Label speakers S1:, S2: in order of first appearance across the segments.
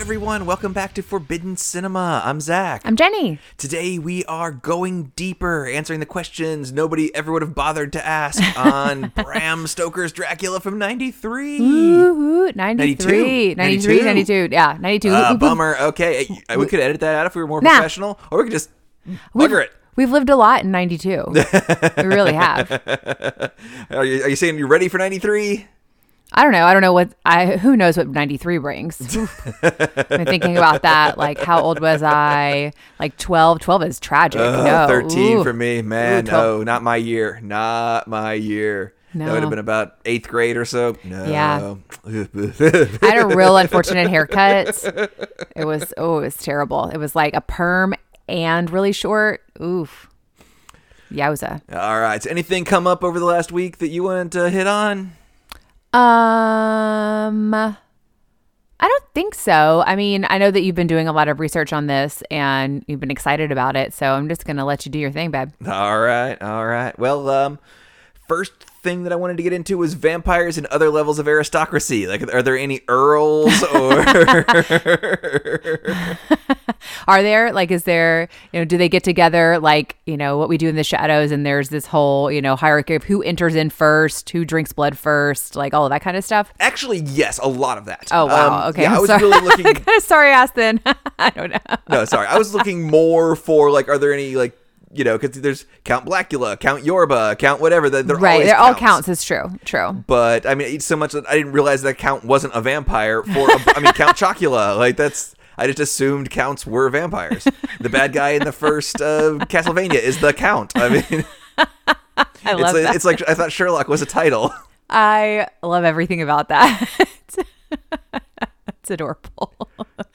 S1: everyone. Welcome back to Forbidden Cinema. I'm Zach.
S2: I'm Jenny.
S1: Today we are going deeper, answering the questions nobody ever would have bothered to ask on Bram Stoker's Dracula from 93.
S2: Ooh, ooh,
S1: 92.
S2: 93. 93, 92. Yeah, 92.
S1: Ah,
S2: Oop, oop, oop.
S1: bummer. Okay, I- we could edit that out if we were more
S2: Nah.
S1: professional, or we could just bugger it.
S2: We've lived a lot in 92. we really have.
S1: Are you, are you saying you're ready for 93?
S2: I don't know. I don't know what I who knows what 93 brings. I'm thinking about that like how old was I? Like 12. 12 is tragic. no.
S1: Oh, 13
S2: Ooh.
S1: for me. Man,
S2: Ooh,
S1: no,
S2: 12.
S1: not my year. Not my year. That would have
S2: No.
S1: been about eighth grade or so. No.
S2: Yeah. I had a real unfortunate haircut. It was oh, it was terrible. It was like a perm and really short. Oof. Yowza.
S1: All right. So anything come up over the last week that you want to hit on?
S2: Um, I don't think so. I mean, I know that you've been doing a lot of research on this and you've been excited about it, so I'm just gonna let you do your thing, babe.
S1: All right. All right. Well, um, first thing that I wanted to get into was vampires and other levels of aristocracy. Like, are there any earls or
S2: Are there like, is there, you know, do they get together like, you know, what we do in the shadows? And there's this whole, you know, hierarchy of who enters in first, who drinks blood first, like all of that kind of stuff.
S1: actually? Yes, a lot of that.
S2: Oh wow,
S1: Um,
S2: okay.
S1: Yeah,
S2: I'm
S1: I was
S2: sorry.
S1: really looking.
S2: sorry, Aston. I don't know.
S1: no, sorry. I was looking more for like, are there any like, you know, because there's Count Blackula, Count Yorba, Count whatever. They're, they're
S2: Right,
S1: always
S2: they're all
S1: counts.
S2: counts. It's true, true.
S1: But I mean, it's so much that I didn't realize that Count wasn't a vampire. For a, I mean, Count Chocula, like that's I just assumed counts were vampires. The bad guy in the first uh, Castlevania is the Count. I mean,
S2: I
S1: it's
S2: love
S1: like,
S2: that.
S1: it's like I thought Sherlock was a title.
S2: I love everything about that. it's adorable.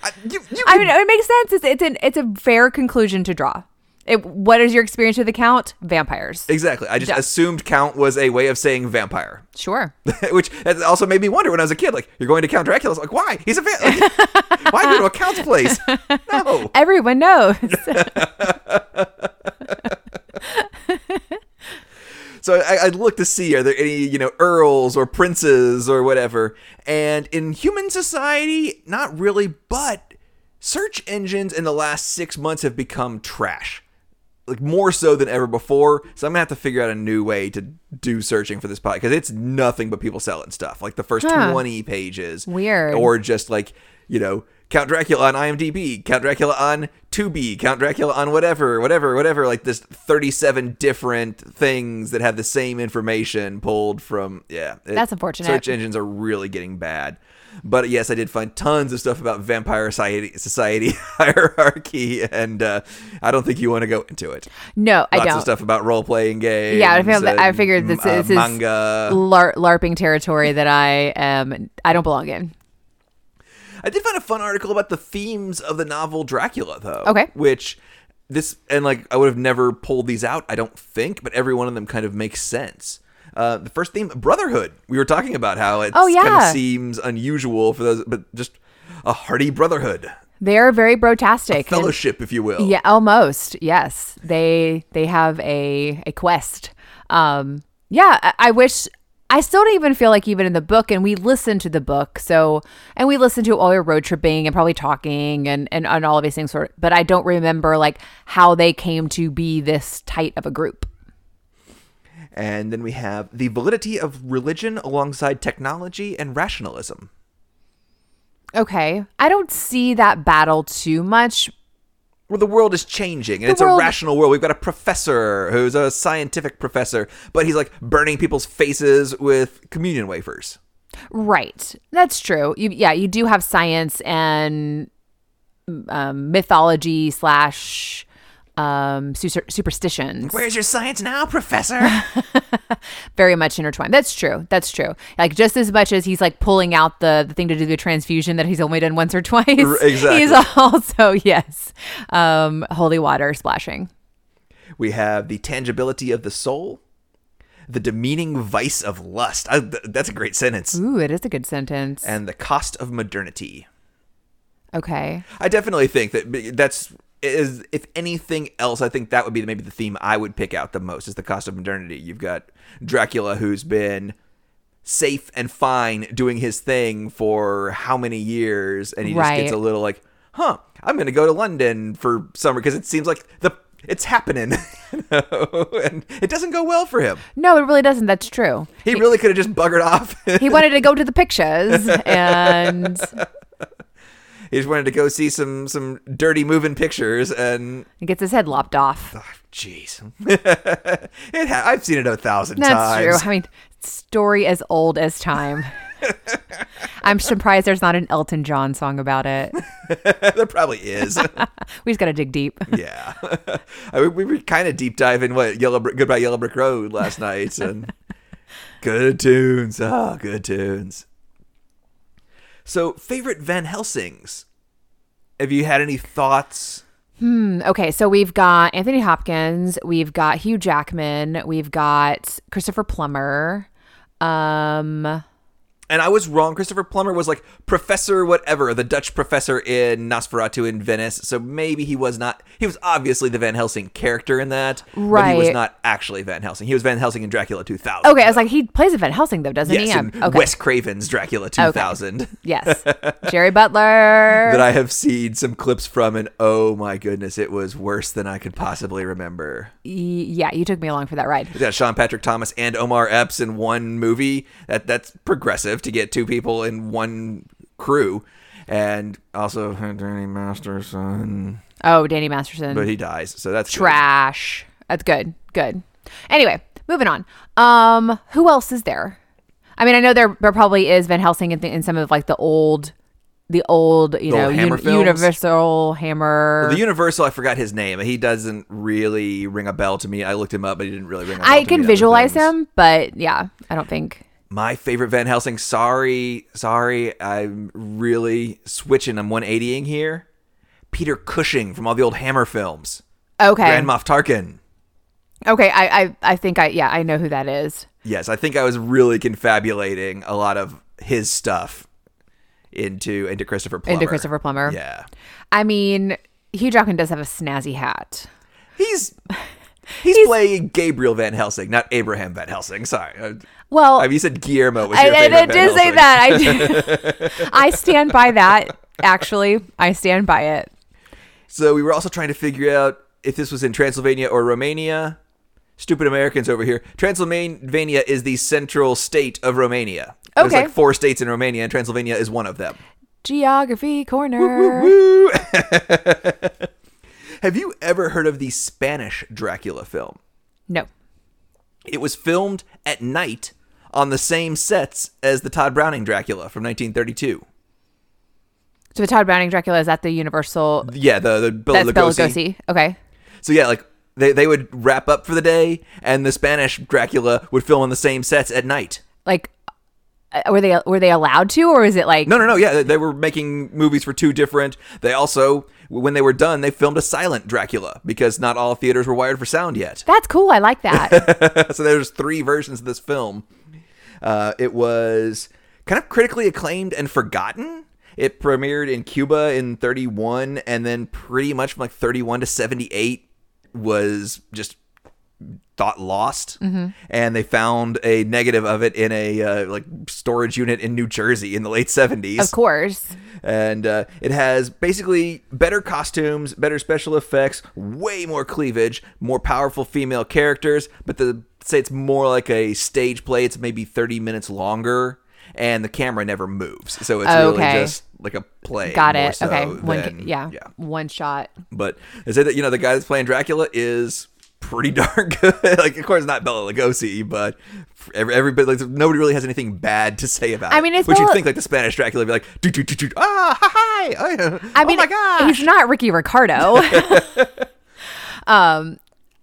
S1: I, you, you
S2: I mean, it makes sense. It's it's an it's a fair conclusion to draw. It, what is your experience with the count? Vampires.
S1: exactly. I just assumed Count was a way of saying vampire.
S2: Sure.
S1: Which that also made me wonder when I was a kid, like, you're going to Count Dracula's? Like, why? He's a vampire. why go to a Count's place? No.
S2: Everyone knows.
S1: So I, I looked to see are there any you know earls or princes or whatever, and in human society, not really. But search engines in the last six months have become trash, like more so than ever before. So I'm gonna have to figure out a new way to do searching for this podcast because it's nothing but people selling stuff. Like the first
S2: Huh.
S1: 20 pages,
S2: Weird.
S1: or just like you know. Count Dracula on IMDb, Count Dracula on Tubi, Count Dracula on whatever, whatever, whatever. Like this 37 different things that have the same information pulled from. Yeah. it-
S2: That's unfortunate.
S1: Search engines are really getting bad. But yes, I did find tons of stuff about vampire society, society hierarchy, and uh, I don't think you want to go into it.
S2: No, I
S1: Lots
S2: don't.
S1: of stuff about role playing games.
S2: Yeah, I feel that- I
S1: and,
S2: figured this-
S1: uh,
S2: this is-
S1: manga.
S2: Lar- LARPing territory that I um I don't belong in.
S1: I did find a fun article about the themes of the novel Dracula, though.
S2: Okay.
S1: Which this and like I would have never pulled these out, I don't think, but every one of them kind of makes sense. Uh, the first theme, brotherhood. We were talking about how it
S2: Oh,
S1: kind of
S2: yeah.
S1: seems unusual for those, but just a hearty brotherhood,
S2: They are very brotastic. and-
S1: fellowship, if you will.
S2: Yeah, almost. Yes, they they have a a quest. Um, yeah, I, I wish. I still don't even feel like even in the book, and we listened to the book, so and we listened to all your road tripping and probably talking and and, and all of these things. Sort, of, but I don't remember like how they came to be this tight of a group.
S1: And then we have the validity of religion alongside technology and rationalism.
S2: Okay, I don't see that battle too much.
S1: Well, the world is changing, and it's
S2: world-
S1: a rational world. We've got a professor who's a scientific professor, but he's like burning people's faces with communion wafers.
S2: Right, that's true. You yeah, you do have science and um, mythology slash um, su- superstitions
S1: Where's your science now, professor?
S2: very much intertwined. That's true. That's true. Like just as much as he's like pulling out the the thing to do the transfusion that he's only done once or twice.
S1: exactly.
S2: He's also yes, um, holy water splashing.
S1: we have the tangibility of the soul, the demeaning vice of lust. I, th- that's a great sentence.
S2: Ooh, it is a good sentence.
S1: And the cost of modernity.
S2: okay.
S1: I definitely think that b- that's is if anything else, I think that would be maybe the theme I would pick out the most is the cost of modernity. You've got Dracula, who's been safe and fine doing his thing for how many years, and he just
S2: Right.
S1: gets a little like, huh, I'm gonna go to London for summer because it seems like the it's happening, you know? and it doesn't go well for him.
S2: No, it really doesn't. That's true.
S1: He really could have just buggered off.
S2: He wanted to go to the pictures and
S1: he just wanted to go see some some dirty moving pictures and
S2: gets his head lopped off.
S1: oh, jeez, it ha- I've seen it a thousand
S2: That's
S1: times.
S2: true. I mean, story as old as time. I'm surprised there's not an Elton John song about it.
S1: there probably is.
S2: We just got to dig deep.
S1: yeah, I mean, we were kind of deep diving what Yellow Brick, Goodbye Yellow Brick Road last night, and good tunes, ah, good tunes. So, favorite Van Helsing's? Have you had any thoughts?
S2: Mm, Okay, so we've got Anthony Hopkins, we've got Hugh Jackman, we've got Christopher Plummer. Um,
S1: And I was wrong. Christopher Plummer was like Professor whatever, the Dutch professor in Nosferatu in Venice. So maybe he was not. He was obviously the Van Helsing character in that, But he was
S2: Right.
S1: not actually Van Helsing. He was Van Helsing in Dracula 2000.
S2: okay, I was like, he plays a Van Helsing though, doesn't
S1: Yes,
S2: he? I'm-
S1: in
S2: okay.
S1: Wes Craven's Dracula 2000
S2: Yes, Jerry Butler.
S1: that I have seen some clips from, and oh my goodness, it was worse than I could possibly remember.
S2: Y- yeah, you took me along for that ride.
S1: It's got Sean Patrick Thomas and Omar Epps in one movie. That that's progressive to get two people in one crew, and also Danny Masterson,
S2: Oh, Danny Masterson.
S1: but he dies, so that's good.
S2: trash. That's good. Good. Anyway, moving on. Um, who else is there? I mean, I know there, there probably is Van Helsing in, th- in some of like the old, the old, you
S1: The
S2: know,
S1: old Hammer
S2: uni-
S1: films?
S2: Universal Hammer.
S1: The Universal, I forgot his name. He doesn't really ring a bell to me. I looked him up, but he didn't really ring a bell. to
S2: I
S1: me
S2: can
S1: other
S2: visualize
S1: things.
S2: him, but yeah, I don't think.
S1: My favorite Van Helsing. Sorry, sorry. I'm really switching. I'm 180ing here. Peter Cushing from all the old Hammer films.
S2: Okay.
S1: Grand Moff Tarkin.
S2: okay. I, I, I think I, yeah, I know who that is.
S1: Yes, I think I was really confabulating a lot of his stuff into into Christopher Plummer.
S2: Into Christopher Plummer.
S1: Yeah.
S2: I mean, Hugh Jackman does have a snazzy hat.
S1: He's he's, playing Gabriel Van Helsing, not Abraham Van Helsing. Sorry. I,
S2: Well,
S1: I mean, you said Guillermo was
S2: Oh. I,
S1: your
S2: I,
S1: favorite
S2: I
S1: Van
S2: did say
S1: Helsing.
S2: that. I, did- I stand by that. Actually, I stand by it.
S1: So we were also trying to figure out if this was in Transylvania or Romania. Stupid Americans over here. Transylvania is the central state of Romania. There's
S2: Okay.
S1: like four states in Romania, and Transylvania is one of them.
S2: Geography corner.
S1: Woo! Have you ever heard of the Spanish Dracula film?
S2: No.
S1: It was filmed at night on the same sets as the Todd Browning Dracula from 1932.
S2: So the Todd Browning Dracula is at the Universal.
S1: Yeah, the the Bela
S2: That's Bela
S1: Lugosi.
S2: Lugosi. Okay.
S1: So yeah, like they they would wrap up for the day, and the Spanish Dracula would film on the same sets at night.
S2: Like, uh, were they were they allowed to, or is it like?
S1: No, no, no. Yeah, they- they were making movies for two different. They also, when they were done, they filmed a silent Dracula because not all theaters were wired for sound yet.
S2: That's cool. I like that.
S1: so there's three versions of this film. Uh, it was kind of critically acclaimed and forgotten. It premiered in Cuba in 31, and then pretty much from like 31 to 78 was just thought lost. And they found a negative of it in a uh, like storage unit in New Jersey in the late 70s
S2: of course.
S1: and uh, it has basically better costumes, better special effects, way more cleavage, more powerful female characters. But the say it's more like a stage play. It's maybe thirty minutes longer, and the camera never moves, so it's
S2: Okay.
S1: really just like a play.
S2: Got
S1: more
S2: it.
S1: so
S2: okay. One.
S1: than-
S2: yeah.
S1: yeah.
S2: One shot.
S1: But they say that you know the guy that's playing Dracula is pretty darn good. like of course not Bella Lugosi, but every, everybody like nobody really has anything bad to say about.
S2: I
S1: it.
S2: mean, it's
S1: which
S2: Bela-
S1: you'd think like the Spanish Dracula would be like, doo, doo, doo, doo, ah, hi, hi, oh,
S2: I mean,
S1: oh my gosh.
S2: he's not Ricky Ricardo. um,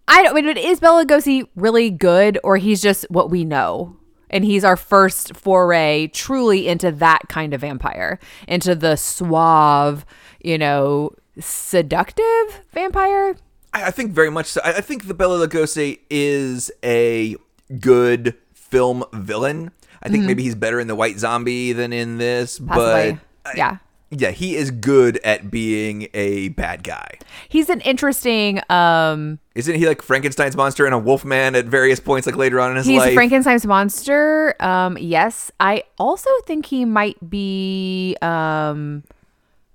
S2: I don't. I mean, is Bela Lugosi really good, or he's just what we know? And he's our first foray truly into that kind of vampire, into the suave, you know, seductive vampire.
S1: I, I think very much so. I, I think the Bella Lugosi is a good film villain. I think maybe he's better in the White Zombie than in this,
S2: Mm-hmm. Possibly.
S1: but I-
S2: yeah.
S1: yeah, he is good at being a bad guy.
S2: He's an interesting. um
S1: Isn't he like Frankenstein's monster and a wolf man at various points, like later on in his
S2: He's
S1: life?
S2: Frankenstein's monster. Um, yes, I also think he might be um,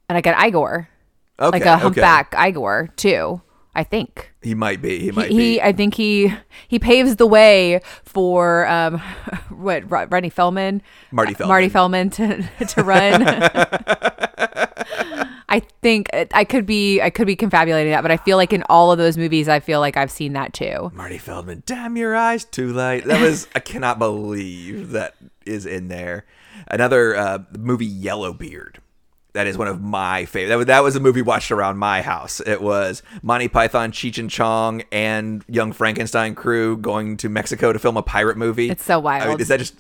S2: like an Igor,
S1: okay,
S2: like a humpback Igor too. I think
S1: Okay. He might be. He
S2: he,
S1: might be.
S2: he. I think he he paves the way for um, what Ro- Rodney Feldman, Uh,
S1: Marty Feldman.
S2: Marty Feldman to to run. I think uh, I could be I could be confabulating that, but I feel like in all of those movies, I feel like I've seen that too.
S1: Marty Feldman, damn your eyes too light. That was I cannot believe that is in there. Another uh, movie, Yellowbeard. That is one of my favorite. That was, that was a movie watched around my house. It was Monty Python, Cheech and Chong, and Young Frankenstein crew going to Mexico to film a pirate movie.
S2: It's so
S1: I mean,
S2: wild.
S1: is that just?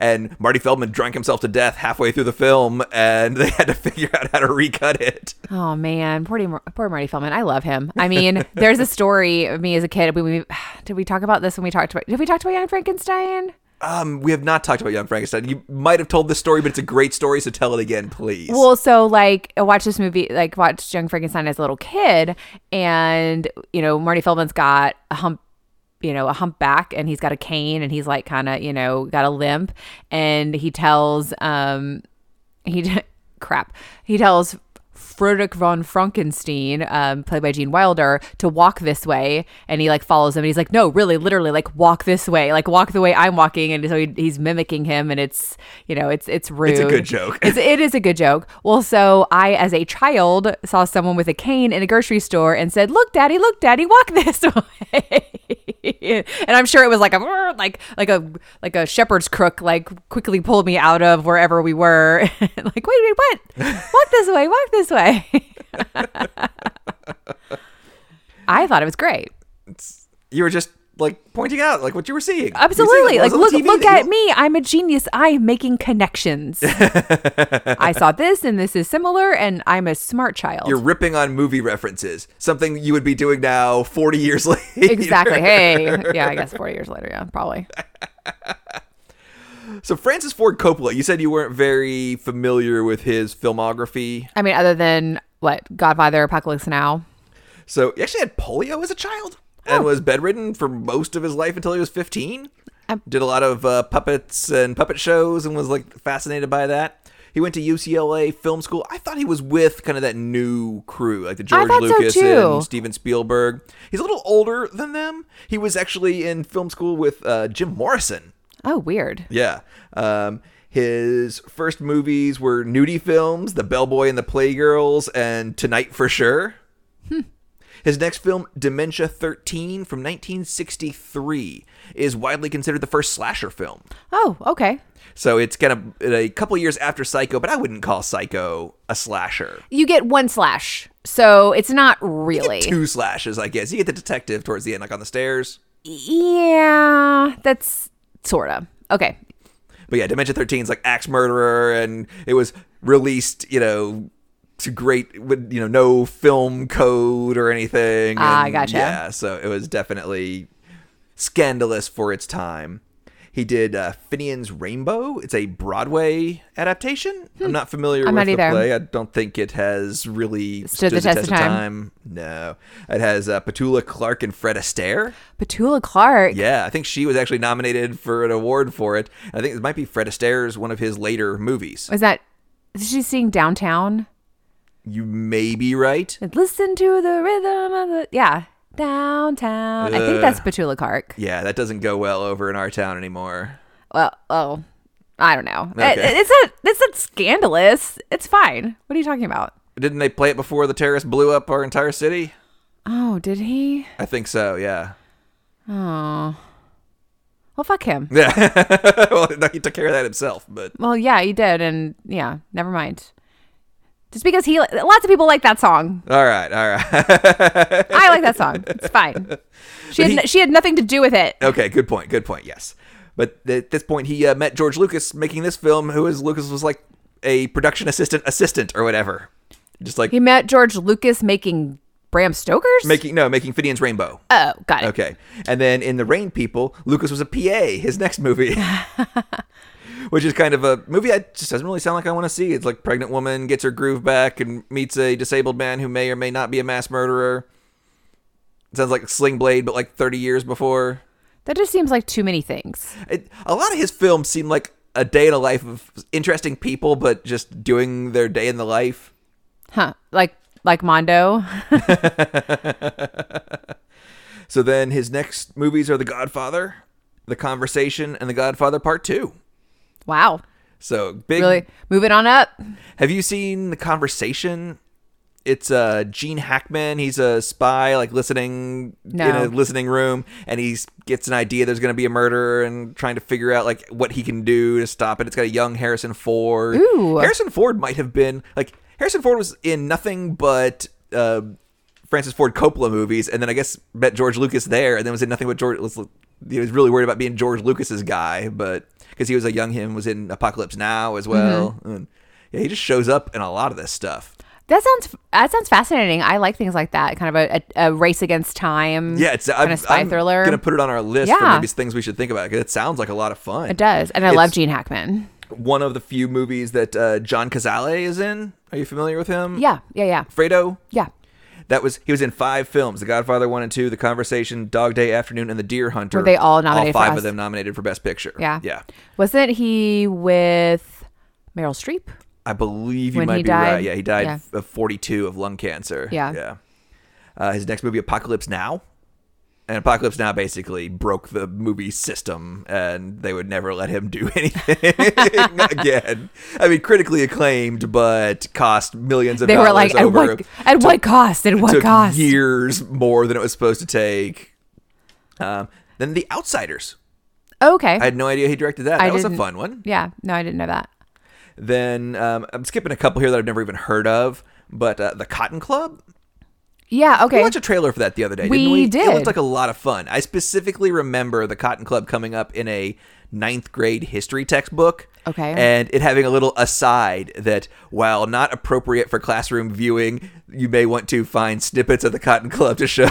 S1: And Marty Feldman drank himself to death halfway through the film, and they had to figure out how to recut it.
S2: Oh man, poor, Mar- poor Marty Feldman. I love him. I mean, there's a story of me as a kid. We, we did we talk about this when we talked about did we talk about Young Frankenstein?
S1: Um, we have not talked about Young Frankenstein. You might have told this story, but it's a great story, so tell it again, please.
S2: Well, so like I watched this movie, like watched Young Frankenstein as a little kid, and you know Marty Feldman's got a hump, you know, a humpback, and he's got a cane, and he's like kind of you know got a limp, and he tells um he d- crap he tells Frederick von Frankenstein, um, played by Gene Wilder, to walk this way, and he like follows him, and he's like, no, really, literally, like walk this way, like walk the way I'm walking, and so he, he's mimicking him, and it's you know it's it's rude.
S1: It's a good joke.
S2: It's, it is a good joke. Well, so I, as a child, saw someone with a cane in a grocery store and said, "Look, Daddy, look, Daddy, walk this way." and I'm sure it was like a like like a like a shepherd's crook, like quickly pulled me out of wherever we were. like, wait, wait, what? Walk this way. Walk this way. I thought it was great.
S1: you were just like pointing out like what you were seeing.
S2: Absolutely.
S1: You were
S2: Like
S1: seeing
S2: look
S1: those on TV
S2: look
S1: that you
S2: at me. I'm a genius. I'm making connections. I saw this and this is similar and I'm a smart child.
S1: You're ripping on movie references, something you would be doing now 40 years later.
S2: exactly. Hey. Yeah, I guess 40 years later, yeah, probably.
S1: So Francis Ford Coppola, you said you weren't very familiar with his filmography.
S2: I mean, other than what Godfather Apocalypse Now.
S1: So he actually had polio as a child and
S2: Oh.
S1: was bedridden for most of his life until he was 15.
S2: Um,
S1: Did a lot of uh, puppets and puppet shows and was like fascinated by that. He went to UCLA film school. I thought he was with kind of that new crew, like the George
S2: thought so,
S1: Lucas
S2: too.
S1: and Steven Spielberg. He's a little older than them. He was actually in film school with uh, Jim Morrison.
S2: Oh, weird.
S1: Yeah. Um, his first movies were nudie films, The Bellboy and the Playgirls, and Tonight for Sure. His next film, Dementia 13 from 1963, is widely considered the first slasher film.
S2: Oh, okay.
S1: So it's kind of a couple years after Psycho, but I wouldn't call Psycho a slasher.
S2: You get one slash. So it's not really.
S1: Two slashes, I guess. You get the detective towards the end, like on the stairs.
S2: Yeah, that's sort of. Okay.
S1: But yeah, Dimension 13 is like Axe Murderer, and it was released, you know, to great with you know no film code or anything.
S2: Ah,
S1: and
S2: gotcha.
S1: Yeah, so it was definitely scandalous for its time. He did uh, Finian's Rainbow. It's a Broadway adaptation. I'm not familiar
S2: Hmm. I'm
S1: with
S2: not
S1: the
S2: either.
S1: play. I don't think it has really
S2: Stood the test of time.
S1: No, it has uh, Petula Clark and Fred Astaire.
S2: Petula Clark.
S1: Yeah, I think she was actually nominated for an award for it. I think it might be Fred Astaire's one of his later movies.
S2: Was that. Is she seeing Downtown?
S1: You may be right.
S2: And Listen to the rhythm of the. Yeah. Downtown. I think that's Petula Clark.
S1: Yeah, that doesn't go well over in our town anymore.
S2: Well, oh, I don't know.
S1: Okay.
S2: It- it's not. It's not scandalous. It's fine. What are you talking about?
S1: Didn't they play it before the terrorists blew up our entire city?
S2: Oh, did he?
S1: I think so. Yeah.
S2: Oh, well, fuck him.
S1: Yeah. well, no, he took care of that himself, but
S2: Well, yeah, he did, and yeah, never mind. Just because he, lots of people like that song.
S1: all right, all right.
S2: I like that song. It's fine. She had,
S1: But he-
S2: she had nothing to do with it.
S1: okay, good point. Good point. Yes. But at this point, he uh, met George Lucas making this film, who is Lucas was like a production assistant, assistant or whatever. Just like
S2: He met George Lucas making Bram Stoker's.
S1: making no making Finian's Rainbow.
S2: oh, got it.
S1: Okay. And then in The Rain People, Lucas was a PA, his next movie. which is kind of a movie that just doesn't really sound like I want to see. It's like pregnant woman gets her groove back and meets a disabled man who may or may not be a mass murderer. It sounds like Sling Blade, but like 30 years before.
S2: That just seems like too many things.
S1: It, a lot of his films seem like a day in the life of interesting people, but just doing their day in the life.
S2: Huh. Like like Mondo.
S1: So then his next movies are The Godfather, The Conversation, and The Godfather Part 2.
S2: Wow.
S1: So big.
S2: Really moving on up.
S1: Have you seen The Conversation? It's uh, Gene Hackman. He's a spy, like listening in
S2: No.
S1: a listening room, and he gets an idea there's going to be a murder and trying to figure out like what he can do to stop it. It's got a young Harrison Ford.
S2: Ooh.
S1: Harrison Ford might have been like Harrison Ford was in nothing but uh, Francis Ford Coppola movies, and then I guess met George Lucas there, and then was in nothing but George. Was, he was really worried about being George Lucas's guy, but because he was a young him, was in Apocalypse Now
S2: Mm-hmm.
S1: as well, and yeah, he just shows up in a lot of this stuff.
S2: That sounds that sounds fascinating. I like things like that. Kind of a, a, a race against time.
S1: Yeah, it's
S2: kind
S1: I'm,
S2: of spy
S1: I'm
S2: thriller.
S1: Gonna put it on our list for
S2: Yeah.
S1: maybe things we should think about because it sounds like a lot of fun.
S2: it does, and I
S1: It's-
S2: love Gene Hackman.
S1: One of the few movies that uh, John Cazale is in. Are you familiar with him?
S2: Yeah, yeah, yeah,
S1: Fredo.
S2: yeah.
S1: That was he was in five films: The Godfather one and two, The Conversation, Dog Day Afternoon, and The Deer Hunter.
S2: Were they all nominated for
S1: All five
S2: us?
S1: of them nominated for Best Picture.
S2: Yeah.
S1: yeah.
S2: Wasn't he with Meryl Streep?
S1: I believe you
S2: When
S1: might
S2: he
S1: be right.
S2: died?
S1: Yeah, he died
S2: Yeah.
S1: of 42 of lung cancer.
S2: Yeah.
S1: yeah. Uh, his next movie, Apocalypse Now. And Apocalypse Now basically broke the movie system, and they would never let him do anything again. I mean, critically acclaimed, but cost millions of
S2: They
S1: dollars.
S2: were like, at
S1: over
S2: what at what cost? At what
S1: took
S2: cost?
S1: years more than it was supposed to take. Um, then The Outsiders.
S2: Okay.
S1: I had no idea he directed that.
S2: I
S1: That was a
S2: didn't-
S1: fun one.
S2: yeah. No, I didn't know that.
S1: Then um, I'm skipping a couple here that I've never even heard of, but uh, The Cotton Club.
S2: Yeah.
S1: We
S2: Okay.
S1: watched a trailer for that the other day.
S2: We
S1: didn't we It looked
S2: did.
S1: like a lot of fun. I specifically remember the Cotton Club coming up in a ninth grade history textbook.
S2: Okay.
S1: And it having a little aside that while not appropriate for classroom viewing, you may want to find snippets of the Cotton Club to show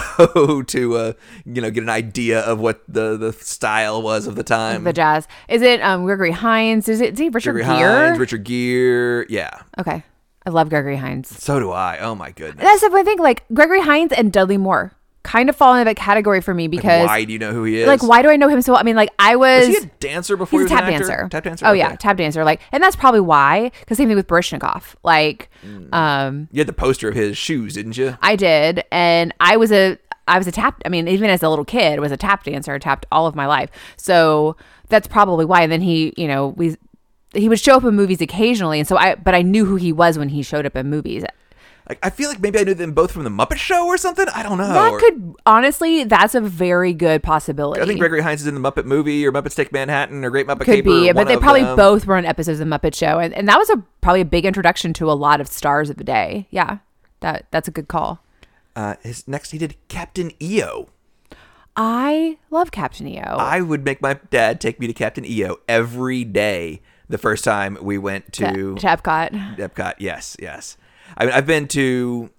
S1: to uh, you know get an idea of what the the style was of the time.
S2: the jazz. Is it um Gregory Hines? Is it, is he Richard
S1: Gregory
S2: Gere?
S1: Hines, Richard Gere, yeah.
S2: okay. I love Gregory Hines.
S1: So do I. Oh my goodness.
S2: That's the one thing. Like Gregory Hines and Dudley Moore kind of fall into that category for me because
S1: Why do you know who he is?
S2: like why do I know him so well? I mean, like I was,
S1: was he a dancer before
S2: he's a
S1: he was
S2: tap
S1: an actor?
S2: dancer.
S1: Tap dancer.
S2: Oh
S1: Okay.
S2: yeah, tap dancer. Like, and that's probably why. Because same thing with Baryshnikov. Like,
S1: Mm.
S2: um,
S1: You had the poster of his shoes, didn't you?
S2: I did, and I was a I was a tap. I mean, even as a little kid, was a tap dancer. I tapped all of my life, so that's probably why. And then he, you know, we he would show up in movies occasionally, and so I but I knew who he was when he showed up in movies.
S1: Like, I feel like maybe I knew them both from the Muppet Show or something. I don't know.
S2: That
S1: Or-
S2: could honestly, that's a very good possibility.
S1: I think Gregory Hines is in the Muppet movie or Muppets Take Manhattan or Great Muppet
S2: could
S1: Caper.
S2: be,
S1: one
S2: but they
S1: of
S2: probably
S1: them.
S2: both were on episodes of the Muppet Show, and, and that was a probably a big introduction to a lot of stars of the day. Yeah, that that's a good call.
S1: Uh, his next, he did Captain EO.
S2: I love Captain EO.
S1: I would make my dad take me to Captain EO every day. The first time we went
S2: to,
S1: to
S2: to Epcot.
S1: Epcot, yes, yes. I mean, I've been to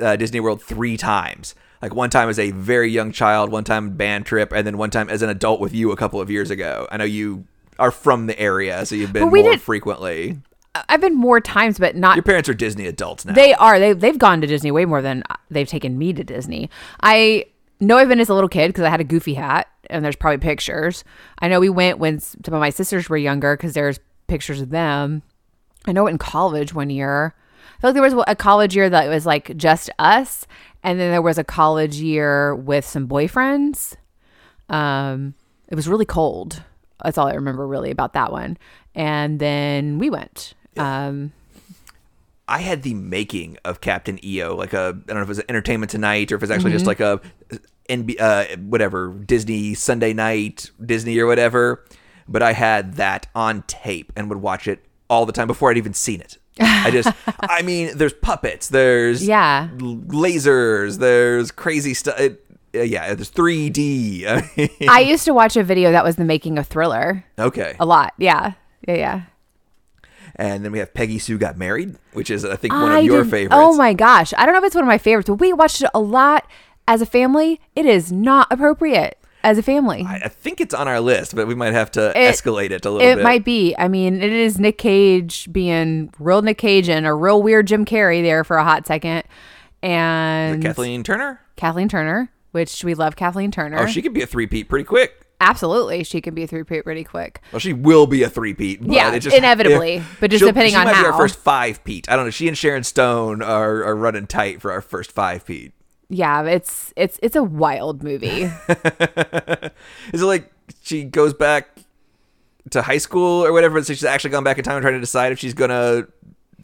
S1: uh, Disney World three times. Like one time as a very young child, one time band trip, and then one time as an adult with you a couple of years ago. I know you are from the area, so you've been
S2: But we
S1: more
S2: did-
S1: frequently.
S2: I- I've been more times, but not
S1: Your parents are Disney adults now.
S2: They are. They they've gone to Disney way more than uh, they've taken me to Disney. I know I've been as a little kid because I had a goofy hat, and there's probably pictures. I know we went when s- some of my sisters were younger because there's pictures of them. I know in college one year, I feel like there was a college year that was like just us, and then there was a college year with some boyfriends. Um, it was really cold. That's all I remember really about that one. And then we went. Um,
S1: I had the making of Captain EO, like a I don't know if it was Entertainment Tonight or if it's actually just
S2: Mm-hmm.
S1: like a NB, uh, whatever Disney Sunday night Disney or whatever. But I had that on tape and would watch it all the time before I'd even seen it. I just, I mean, there's puppets, there's
S2: Yeah.
S1: l- lasers, there's crazy stuff. uh, yeah, there's 3D. I mean,
S2: I used to watch a video that was the making of Thriller
S1: okay,
S2: a lot. Yeah. Yeah. Yeah.
S1: and then we have Peggy Sue got married, which is I think one of
S2: I
S1: your
S2: did-
S1: favorites.
S2: Oh my gosh. I don't know if it's one of my favorites, but we watched it a lot as a family. It is not appropriate. as a family.
S1: I I think it's on our list, but we might have to
S2: It-
S1: escalate it a little
S2: It
S1: bit.
S2: might be. I mean, it is Nick Cage being real Nick Cage and a real weird Jim Carrey there for a hot second, and
S1: Kathleen Turner.
S2: Kathleen Turner, which we love Kathleen Turner.
S1: Oh, she could be a three-peat pretty quick.
S2: Absolutely, she can be a three peat pretty quick.
S1: Well, she will be a three-peat. but
S2: Yeah,
S1: it just,
S2: inevitably, but just
S1: she'll-
S2: depending
S1: she
S2: on
S1: might Be our
S2: how.
S1: first five-peat. I don't know. She and Sharon Stone are, are running tight for our first five-peat.
S2: Yeah, it's it's it's a wild movie.
S1: Is it like she goes back to high school or whatever? So she's actually gone back in time and trying to decide if she's gonna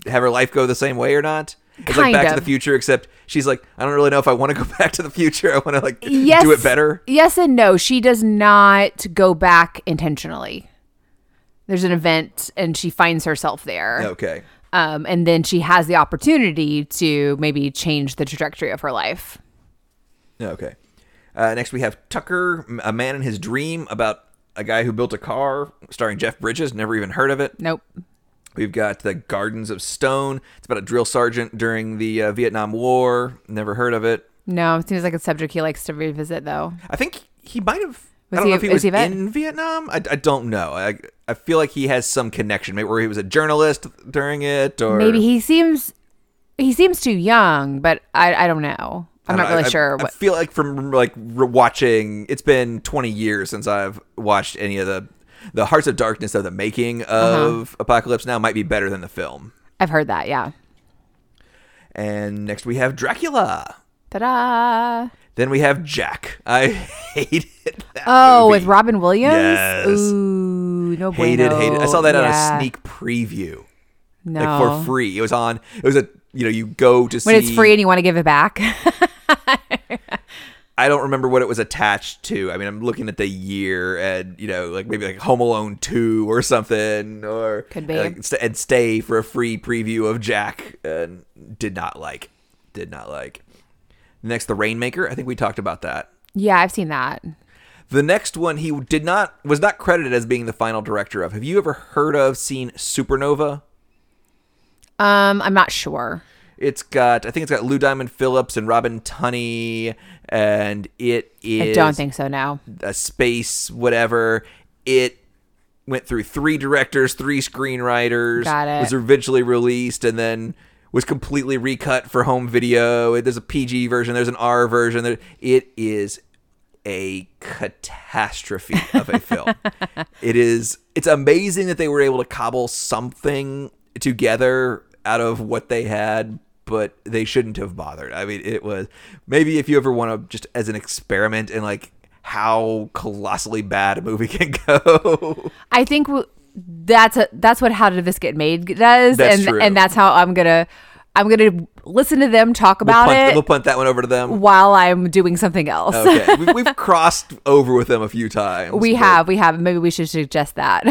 S1: have her life go the same way or not. It's like
S2: Kind
S1: Back to
S2: of.
S1: the Future, except she's like, I don't really know if I want to go back to the future. I want to like
S2: yes,
S1: do it better.
S2: Yes and no. She does not go back intentionally. There's an event, and she finds herself there.
S1: Okay.
S2: um, and then she has the opportunity to maybe change the trajectory of her life.
S1: Oh, Okay. Uh, next, we have Tucker, M- a man in his dream about a guy who built a car, starring Jeff Bridges. Never even heard of it.
S2: Nope.
S1: We've got the Gardens of Stone. It's about a drill sergeant during the uh, Vietnam War. Never heard of it.
S2: No, it seems like a subject he likes to revisit, though.
S1: I think he might have. I
S2: Was
S1: don't
S2: he-
S1: know if he
S2: is
S1: was
S2: he vet?
S1: in Vietnam. I, I don't know. I I feel like he has some connection, maybe where he was a journalist during it, or
S2: Maybe he seems he seems too young, but I, I don't know.
S1: I don't
S2: I'm not
S1: know.
S2: really
S1: I-
S2: sure.
S1: I, I
S2: What,
S1: feel like from like re- watching. It's been 20 years since I've watched any of the the Hearts of Darkness of the making
S2: Uh-huh.
S1: of Apocalypse Now might be better than the film.
S2: I've heard that. Yeah.
S1: And next we have Dracula.
S2: Ta-da!
S1: Then we have Jack. I hated that.
S2: Oh,
S1: movie.
S2: with Robin Williams.
S1: Yes.
S2: Ooh, no
S1: hated,
S2: bueno.
S1: hated. I saw that
S2: Yeah.
S1: on a sneak preview.
S2: No.
S1: like for free. It was on. It was a you know you go to
S2: When
S1: see.
S2: it's free and you want to give it back.
S1: I don't remember what it was attached to. I mean, I'm looking at the year and you know like maybe like Home Alone two or something or
S2: Could be.
S1: like, st- and stay for a free preview of Jack and did not like, did not like. Next, the Rainmaker. I think we talked about that.
S2: yeah, I've seen that.
S1: The next one he did not was not credited as being the final director of. Have you ever heard of seen Supernova?
S2: Um, I'm not sure.
S1: It's got I think it's got Lou Diamond Phillips and Robin Tunney, and it
S2: I
S1: is
S2: don't think so. No.
S1: a space whatever. It went through three directors, three screenwriters.
S2: Got it.
S1: Was eventually released and then was completely recut for home video. There's a PG version. There's an R version. There, it is a catastrophe of a film. it is. It's amazing that they were able to cobble something together out of what they had. But they shouldn't have bothered. I mean, it was maybe if you ever want to just as an experiment and like how colossally bad a movie can go.
S2: I think w- that's a, that's what how did this get made does,
S1: That's
S2: and
S1: true.
S2: and that's how I'm gonna I'm gonna listen to them talk
S1: we'll,
S2: about
S1: punt,
S2: it
S1: we'll punt that one over to them.
S2: while I'm doing something else.
S1: Okay, we, we've crossed over with them a few times.
S2: we
S1: but-
S2: have we have maybe we should suggest that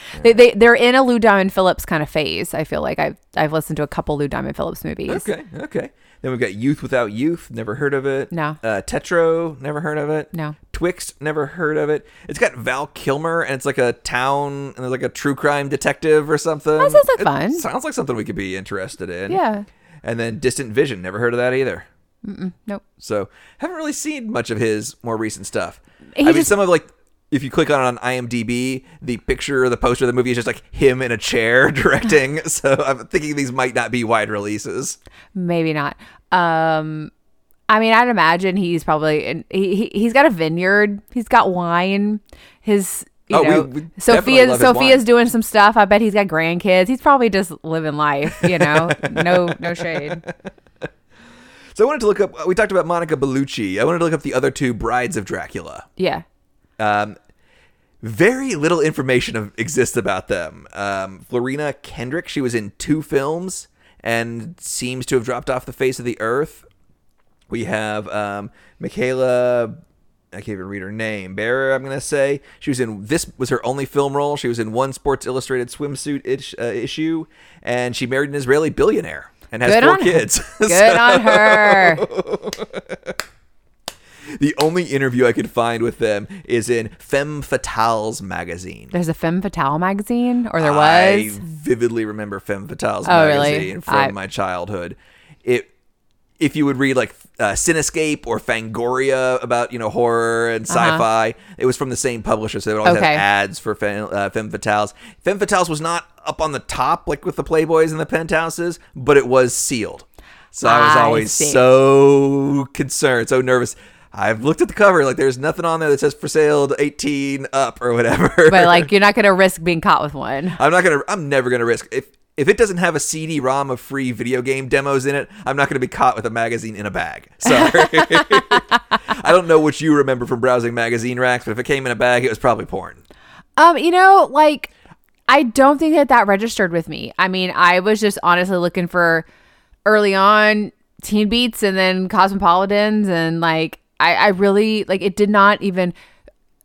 S2: they, they they're in a Lou Diamond Phillips kind of phase. I feel like I've I've listened to a couple Lou Diamond Phillips movies.
S1: Okay, okay. Then we've got Youth Without Youth. Never heard of it.
S2: No.
S1: Uh, Tetro. Never heard of it.
S2: No.
S1: Twixt. Never heard of it. It's got Val Kilmer, and it's like a town, and there's like a true crime detective or something. That
S2: sounds like fun.
S1: Sounds like something we could be interested in.
S2: Yeah.
S1: And then Distant Vision. Never heard of that either.
S2: Nope.
S1: So haven't really seen much of his more recent stuff.
S2: He
S1: I mean,
S2: just-
S1: some of like if you click on it on IMDb, the picture or the poster of the movie is just like him in a chair directing. so I'm thinking these might not be wide releases.
S2: Maybe not. Um, I mean, I'd imagine he's probably and he, he he's got a vineyard. He's got wine. His you
S1: Oh, we-
S2: know,
S1: we definitely
S2: Sophia
S1: love his
S2: Sophia's
S1: wine.
S2: doing some stuff. I bet he's got grandkids. He's probably just living life. You know, no no shade.
S1: So I wanted to look up. We talked about Monica Bellucci. I wanted to look up the other two brides of Dracula.
S2: Yeah,
S1: Um, very little information of, exists about them. Um, Florina Kendrick, she was in two films and seems to have dropped off the face of the earth. We have um, Michaela, I can't even read her name, Bearer, I'm going to say. She was in, this was her only film role. She was in one Sports Illustrated swimsuit ish, uh, issue, and she married an Israeli billionaire and has
S2: Good
S1: four
S2: on her.
S1: kids.
S2: good on her.
S1: The only interview I could find with them is in Femme Fatales magazine.
S2: There's a Femme Fatale magazine, or there
S1: I
S2: was.
S1: vividly remember Femme Fatales
S2: Oh, really?
S1: magazine from
S2: I-
S1: my childhood. It if you would read like uh, Cinescape or Fangoria about you know horror and sci-fi, it was from the same publisher, so they would always
S2: Uh-huh. Okay.
S1: have ads for fem, uh, femme fatales. Femme fatales was not up on the top like with the Playboys and the penthouses, but it was sealed. So I was
S2: I
S1: always
S2: see.
S1: so concerned, so nervous. I've looked at the cover, like there's nothing on there that says for sale to 18 up or whatever.
S2: But like, you're not going to risk being caught with one.
S1: I'm not gonna. I'm never gonna risk if if it doesn't have a CD-ROM of free video game demos in it. I'm not gonna be caught with a magazine in a bag. Sorry. I don't know what you remember from browsing magazine racks, but if it came in a bag, it was probably porn.
S2: Um, you know, like I don't think that that registered with me. I mean, I was just honestly looking for early on Teen Beats and then Cosmopolitans, and like I, I really like it did not even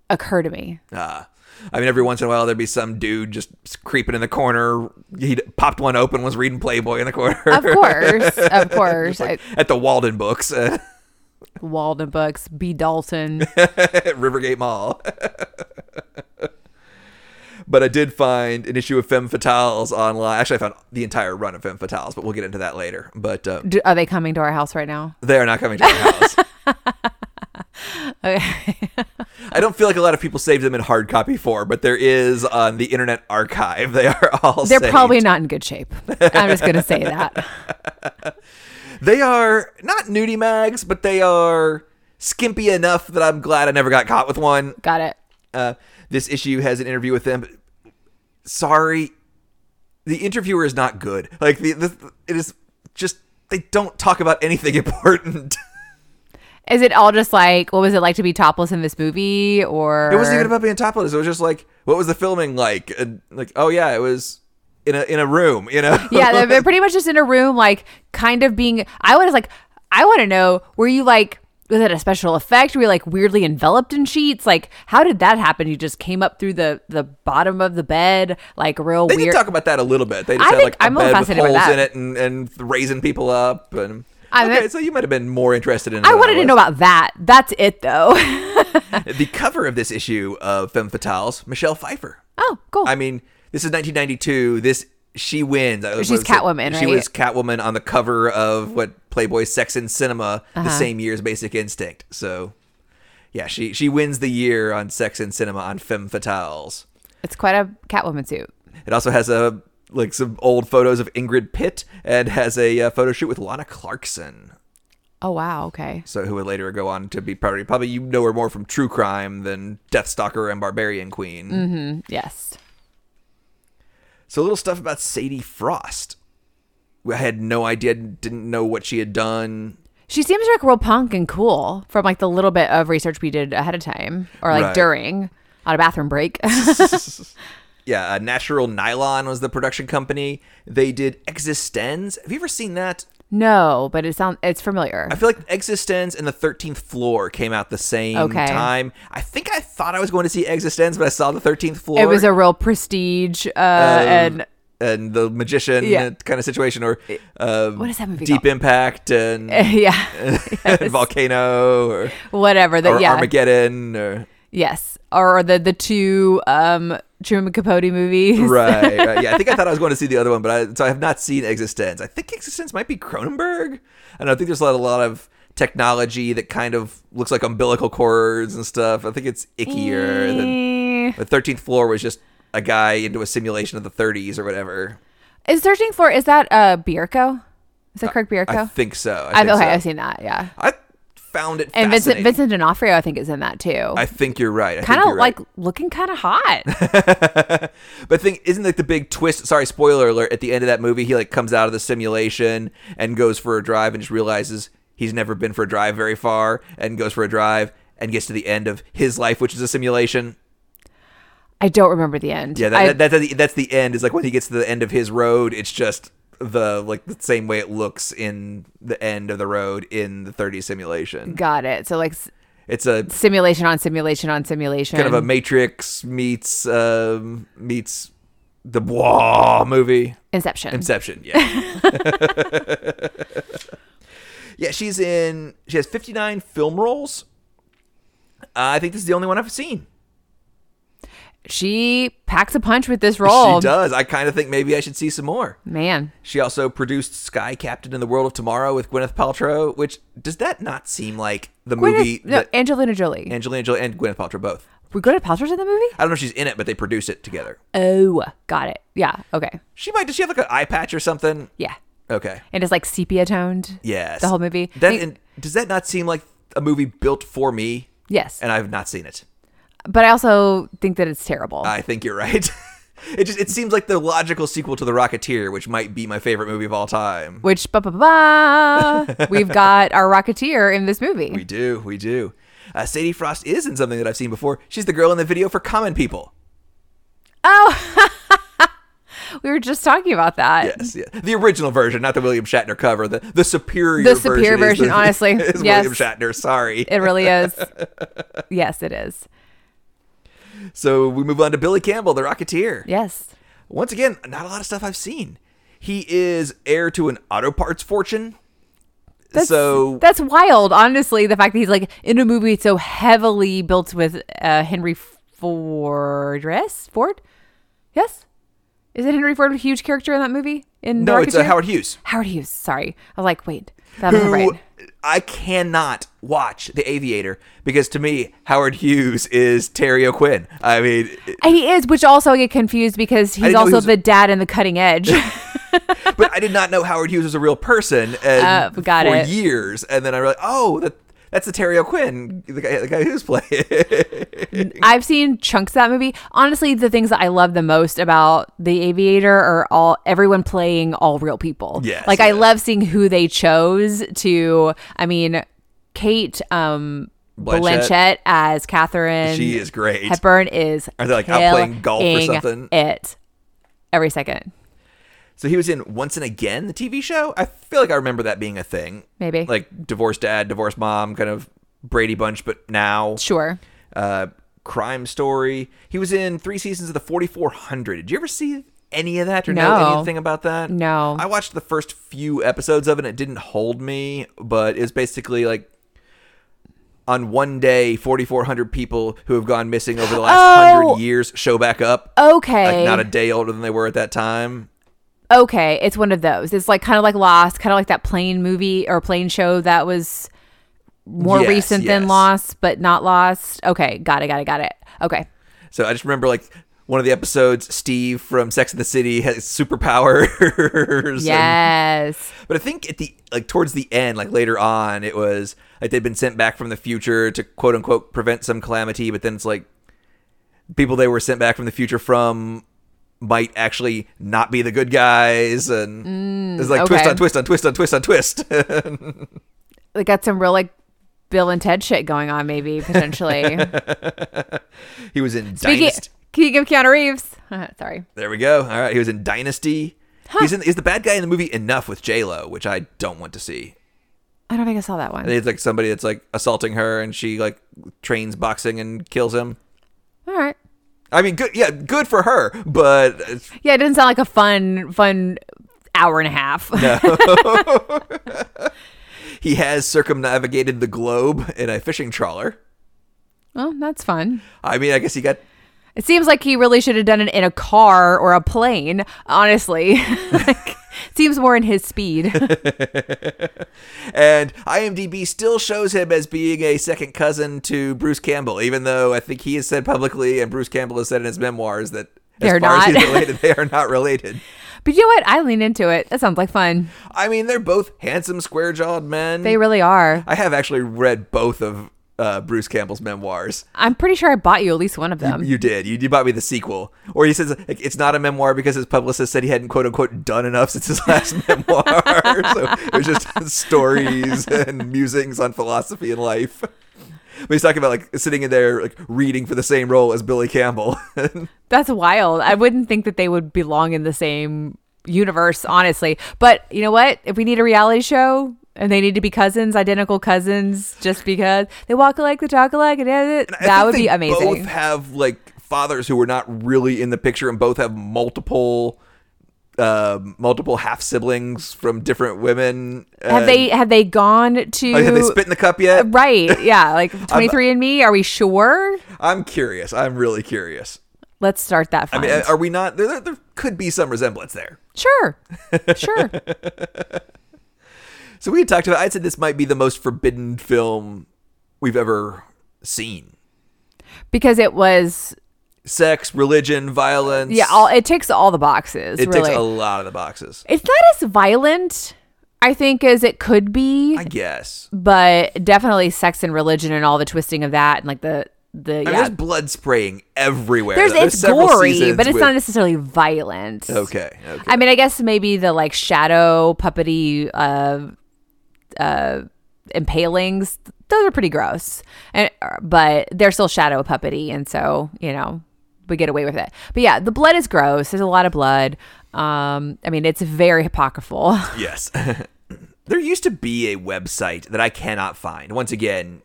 S2: occur to me.
S1: Uh, I mean, every once in a while there'd be some dude just creeping in the corner. He popped one open, was reading Playboy in the corner.
S2: Of course, of course, I-
S1: At the Walden Books at
S2: Walden Books, B. Dalton.
S1: Rivergate Mall. but I did find an issue of Femme Fatales online. Actually, I found the entire run of Femme Fatales, but we'll get into that later. But uh,
S2: Do, are they coming to our house right now?
S1: they are not coming to my house.
S2: Okay.
S1: I don't feel like a lot of people saved them in hard copy form, but there is on the Internet Archive. They are all
S2: They're
S1: saved.
S2: probably not in good shape. I'm just gonna say that.
S1: They are not nudie mags, but they are skimpy enough that I'm glad I never got caught with one.
S2: Got it.
S1: uh, this issue has an interview with them. but Sorry, the interviewer is not good. Like the, the it is just they don't talk about anything important.
S2: Is it all just like what was it like to be topless in this movie? Or
S1: it wasn't even about being topless. It was just like what was the filming like? And like oh yeah, it was in a in a room. You know.
S2: yeah, they're, they're pretty much just in a room, like kind of being. I was like, I want to know, were you like, was it a special effect? Were you like weirdly enveloped in sheets? Like, how did that happen? You just came up through the the bottom of the bed, like real
S1: They did
S2: weird.
S1: talk about that a little bit. They just
S2: I
S1: had
S2: think
S1: like a
S2: I'm a little
S1: bed with
S2: fascinated by
S1: holes
S2: that.
S1: in it and, and raising people up and
S2: I
S1: okay.
S2: meant-
S1: so you might have been more interested in. it
S2: I
S1: than
S2: wanted to
S1: was.
S2: know about that. That's it though.
S1: the cover of this issue of Femme Fatales. Michelle Pfeiffer.
S2: oh, cool.
S1: I mean, this is 1992. This she wins. I-
S2: She's Catwoman,
S1: She
S2: right?
S1: was Catwoman on the cover of what Playboy Sex and Cinema
S2: Uh-huh.
S1: the same year as Basic Instinct. So, yeah, she she wins the year on Sex and Cinema on Femme Fatales.
S2: it's quite a Catwoman suit.
S1: It also has a like some old photos of Ingrid Pitt and has a uh, photo shoot with Lana Clarkson.
S2: Oh wow. Okay.
S1: So who would later go on to be probably probably you know her more from True Crime than Deathstalker and Barbarian Queen.
S2: Mm, Yes.
S1: So a little stuff about Sadie Frost. I had no idea, didn't know what she had done.
S2: She seems like real punk and cool from like the little bit of research we did ahead of time or like
S1: Right.
S2: during on a bathroom break.
S1: Yeah, uh, Natural Nylon was the production company. They did Existenz. Have you ever seen that?
S2: no, but it sounds it's familiar.
S1: I feel like Existenz and the 13th Floor came out the same
S2: Okay.
S1: time. I think I thought I was going to see Existenz, but I saw the 13th Floor. Um,
S2: It was a real prestige uh, and
S1: and the magician
S2: Yeah.
S1: kind of situation, or uh,
S2: What is that movie
S1: Deep
S2: called?
S1: Impact and,
S2: yeah,
S1: and Volcano or,
S2: whatever. The,
S1: or
S2: yeah,
S1: Armageddon or
S2: yes, or the the two um, Truman Capote movies.
S1: right, right. Yeah, I think I thought I was going to see the other one, but I, so I have not seen Existence. I think Existence might be Cronenberg. I don't know. I think there's a lot, a lot of technology that kind of looks like umbilical cords and stuff. I think it's ickier than
S2: Eh.
S1: the Thirteenth Floor was just a guy into a simulation of the 30s or whatever.
S2: Is searching for is that uh Bierko? Is that Craig Bierko?
S1: I think so. I
S2: I've-
S1: think
S2: okay,
S1: so.
S2: I've seen that. Yeah,
S1: I found it
S2: and Vincent
S1: fascinating.
S2: Vincent D'Onofrio I think is in that too.
S1: I think you're right. I think
S2: Kind
S1: you're
S2: of
S1: right.
S2: like looking kind of hot.
S1: But thing isn't like the big twist. Sorry, spoiler alert. At the end of that movie, he like comes out of the simulation and goes for a drive and just realizes he's never been for a drive very far and goes for a drive and gets to the end of his life, which is a simulation.
S2: I don't remember the end.
S1: Yeah,
S2: I-
S1: that, that, that's the- that's the end. Is like when he gets to the end of his road, it's just the like the same way it looks in the end of the road in the 30 simulation.
S2: got it. So like s-
S1: It's a
S2: simulation on simulation on simulation.
S1: kind of a Matrix meets um, meets the Bois movie.
S2: Inception.
S1: Inception, yeah. yeah, she's in. She has 59 film roles. Uh, I think this is the only one I've seen.
S2: she packs a punch with this role.
S1: She does. I kind of think maybe I should see some more.
S2: Man,
S1: She also produced Sky Captain in the World of Tomorrow with Gwyneth Paltrow, which does that not seem like the movie
S2: Gwyneth- no,
S1: that
S2: Angelina Jolie.
S1: Angelina Jolie and Gwyneth Paltrow both?
S2: Were Gwyneth Paltrow's in the movie?
S1: I don't know if she's in it, but they produce it together.
S2: Oh, got it. Yeah. Okay.
S1: She might. Does she have like an eye patch or something?
S2: Yeah.
S1: Okay.
S2: And it's like sepia toned.
S1: Yes.
S2: The whole movie.
S1: That
S2: I-
S1: and does that not seem like a movie built for me?
S2: Yes.
S1: And I've not seen it.
S2: but I also think that it's terrible.
S1: I think you're right. it just it seems like the logical sequel to The Rocketeer, which might be my favorite movie of all time.
S2: which, ba ba ba, we've got our Rocketeer in this movie.
S1: We do, we do. Uh, Sadie Frost is in something that I've seen before. She's the girl in the video for Common People.
S2: Oh. We were just talking about that.
S1: Yes, yeah. The original version, not the William Shatner cover. The the superior
S2: The
S1: version.
S2: superior
S1: is
S2: version,
S1: the-
S2: honestly.
S1: is
S2: Yes.
S1: William Shatner. Sorry.
S2: It really is. yes, it is.
S1: So we move on to Billy Campbell, the Rocketeer.
S2: Yes.
S1: Once again, not a lot of stuff I've seen. He is heir to an auto parts fortune. so
S2: That's wild, honestly, the fact that he's like in a movie so heavily built with uh, Henry Ford. Yes? Ford? Yes? Is it Henry Ford a huge character in that movie? In The
S1: no, it's uh,
S2: Rocketeer?
S1: Howard Hughes.
S2: Howard Hughes. Sorry. I was like, wait, that's
S1: who
S2: right.
S1: I cannot watch The Aviator because to me Howard Hughes is Terry O'Quinn. I mean,
S2: He is, which also I get confused because he's
S1: didn't know he
S2: also
S1: was-
S2: the dad in the cutting edge.
S1: but I did not know Howard Hughes was a real person and
S2: Uh, got
S1: for
S2: it.
S1: years, and then I realized, oh, that that's the Terry O'Quinn, the guy, the guy who's playing.
S2: I've seen chunks of that movie. Honestly, the things that I love the most about The Aviator are all everyone playing all real people.
S1: Yes,
S2: like I
S1: yes.
S2: love seeing who they chose to. I mean, Kate um,
S1: Blanchett.
S2: Blanchett. as Catherine.
S1: she is great.
S2: Hepburn is. Are
S1: they, like, out playing golf or something?
S2: It every second.
S1: So he was in Once and Again, the TV show. I feel like I remember that being a thing.
S2: Maybe.
S1: Like divorced dad, divorced mom, kind of Brady Bunch, but now.
S2: Sure.
S1: Uh, crime story. He was in three seasons of the 4400. Did you ever see any of that or know
S2: No.
S1: anything about that?
S2: No.
S1: I watched the first few episodes of it and it didn't hold me, but it's basically like. On one day, 4,400 people who have gone missing over the last
S2: Oh.
S1: 100 years show back up.
S2: Okay.
S1: Like, not a day older than they were at that time.
S2: okay, it's one of those. It's like kind of like Lost, kind of like that plane movie or plane show that was more
S1: Yes,
S2: recent
S1: yes.
S2: than Lost, but not Lost. Okay, got it, got it, got it. Okay.
S1: So I just remember like one of the episodes, Steve from Sex and the City has superpowers. and-
S2: Yes.
S1: but I think at the like towards the end, like later on, it was like they'd been sent back from the future to quote unquote prevent some calamity, but then it's like people they were sent back from the future from might actually not be the good guys and it's like twist
S2: Mm, okay.
S1: on twist on twist on twist on twist.
S2: They got some real like Bill and Ted shit going on, maybe potentially.
S1: he was in
S2: Speaking,
S1: Dynasty.
S2: can you give Keanu Reeves? Sorry.
S1: There we go. All right, he was in Dynasty. He's in he's the bad guy in the movie Enough with J Lo, which I don't want to see.
S2: I don't think I saw that one.
S1: And it's like somebody that's like assaulting her, and she like trains boxing and kills him.
S2: All right.
S1: I mean, good, yeah, good for her, but uh,
S2: Yeah, it didn't sound like a fun, fun hour and a half.
S1: he has circumnavigated the globe in a fishing trawler.
S2: well, that's fun.
S1: I mean, I guess he got.
S2: It seems like he really should have done it in a car or a plane, honestly. like, seems more in his speed.
S1: And IMDb still shows him as being a second cousin to Bruce Campbell, even though I think he has said publicly, and Bruce Campbell has said in his memoirs that as
S2: They're
S1: far as
S2: not.
S1: he's related, they are not related.
S2: But you know what? I lean into it. That sounds like fun.
S1: I mean, they're both handsome, square jawed men.
S2: They really are.
S1: I have actually read both of uh, Bruce Campbell's memoirs.
S2: I'm pretty sure I bought you at least one of them.
S1: Um, You did. You, you bought me the sequel. Or he says like, it's not a memoir because his publicist said he hadn't quote unquote done enough since his last memoir. so it was just stories and musings on philosophy and life. But he's talking about like sitting in there like reading for the same role as Billy Campbell.
S2: That's wild. I wouldn't think that they would belong in the same universe, honestly. But you know what? If we need a reality show and they need to be cousins, identical cousins, just because they walk alike, they talk alike, and it,
S1: I
S2: that
S1: think
S2: would
S1: they
S2: be amazing.
S1: Both have like fathers who were not really in the picture, and both have multiple, uh, multiple half siblings from different women.
S2: have they Uh, have they gone to
S1: Have Oh, they spit in the cup yet? uh,
S2: Right. Yeah. Like 23 and me. Are we sure?
S1: I'm curious. I'm really curious.
S2: Let's start that
S1: I
S2: find.
S1: mean, uh, are we not? There, there, there could be some resemblance there.
S2: sure, sure.
S1: So we had talked about. I said this might be the most forbidden film we've ever seen.
S2: Because it was
S1: Sex, religion, violence.
S2: yeah, all, it ticks all the boxes.
S1: it
S2: really,
S1: takes a lot of the boxes.
S2: it's not as violent, I think, as it could be.
S1: I guess.
S2: but definitely sex and religion and all the twisting of that and like the the
S1: I mean,
S2: yeah.
S1: there's blood spraying everywhere.
S2: there's,
S1: There's
S2: it's
S1: several
S2: gory,
S1: seasons
S2: but it's
S1: with-
S2: not necessarily violent.
S1: Okay. Okay.
S2: I mean, I guess maybe the like shadow puppety uh, uh, impalings; those are pretty gross, and uh, but they're still shadow puppety, and so you know we get away with it. But yeah, the blood is gross. There's a lot of blood. Um, I mean, it's very apocryphal.
S1: Yes. there used to be a website that I cannot find. Once again,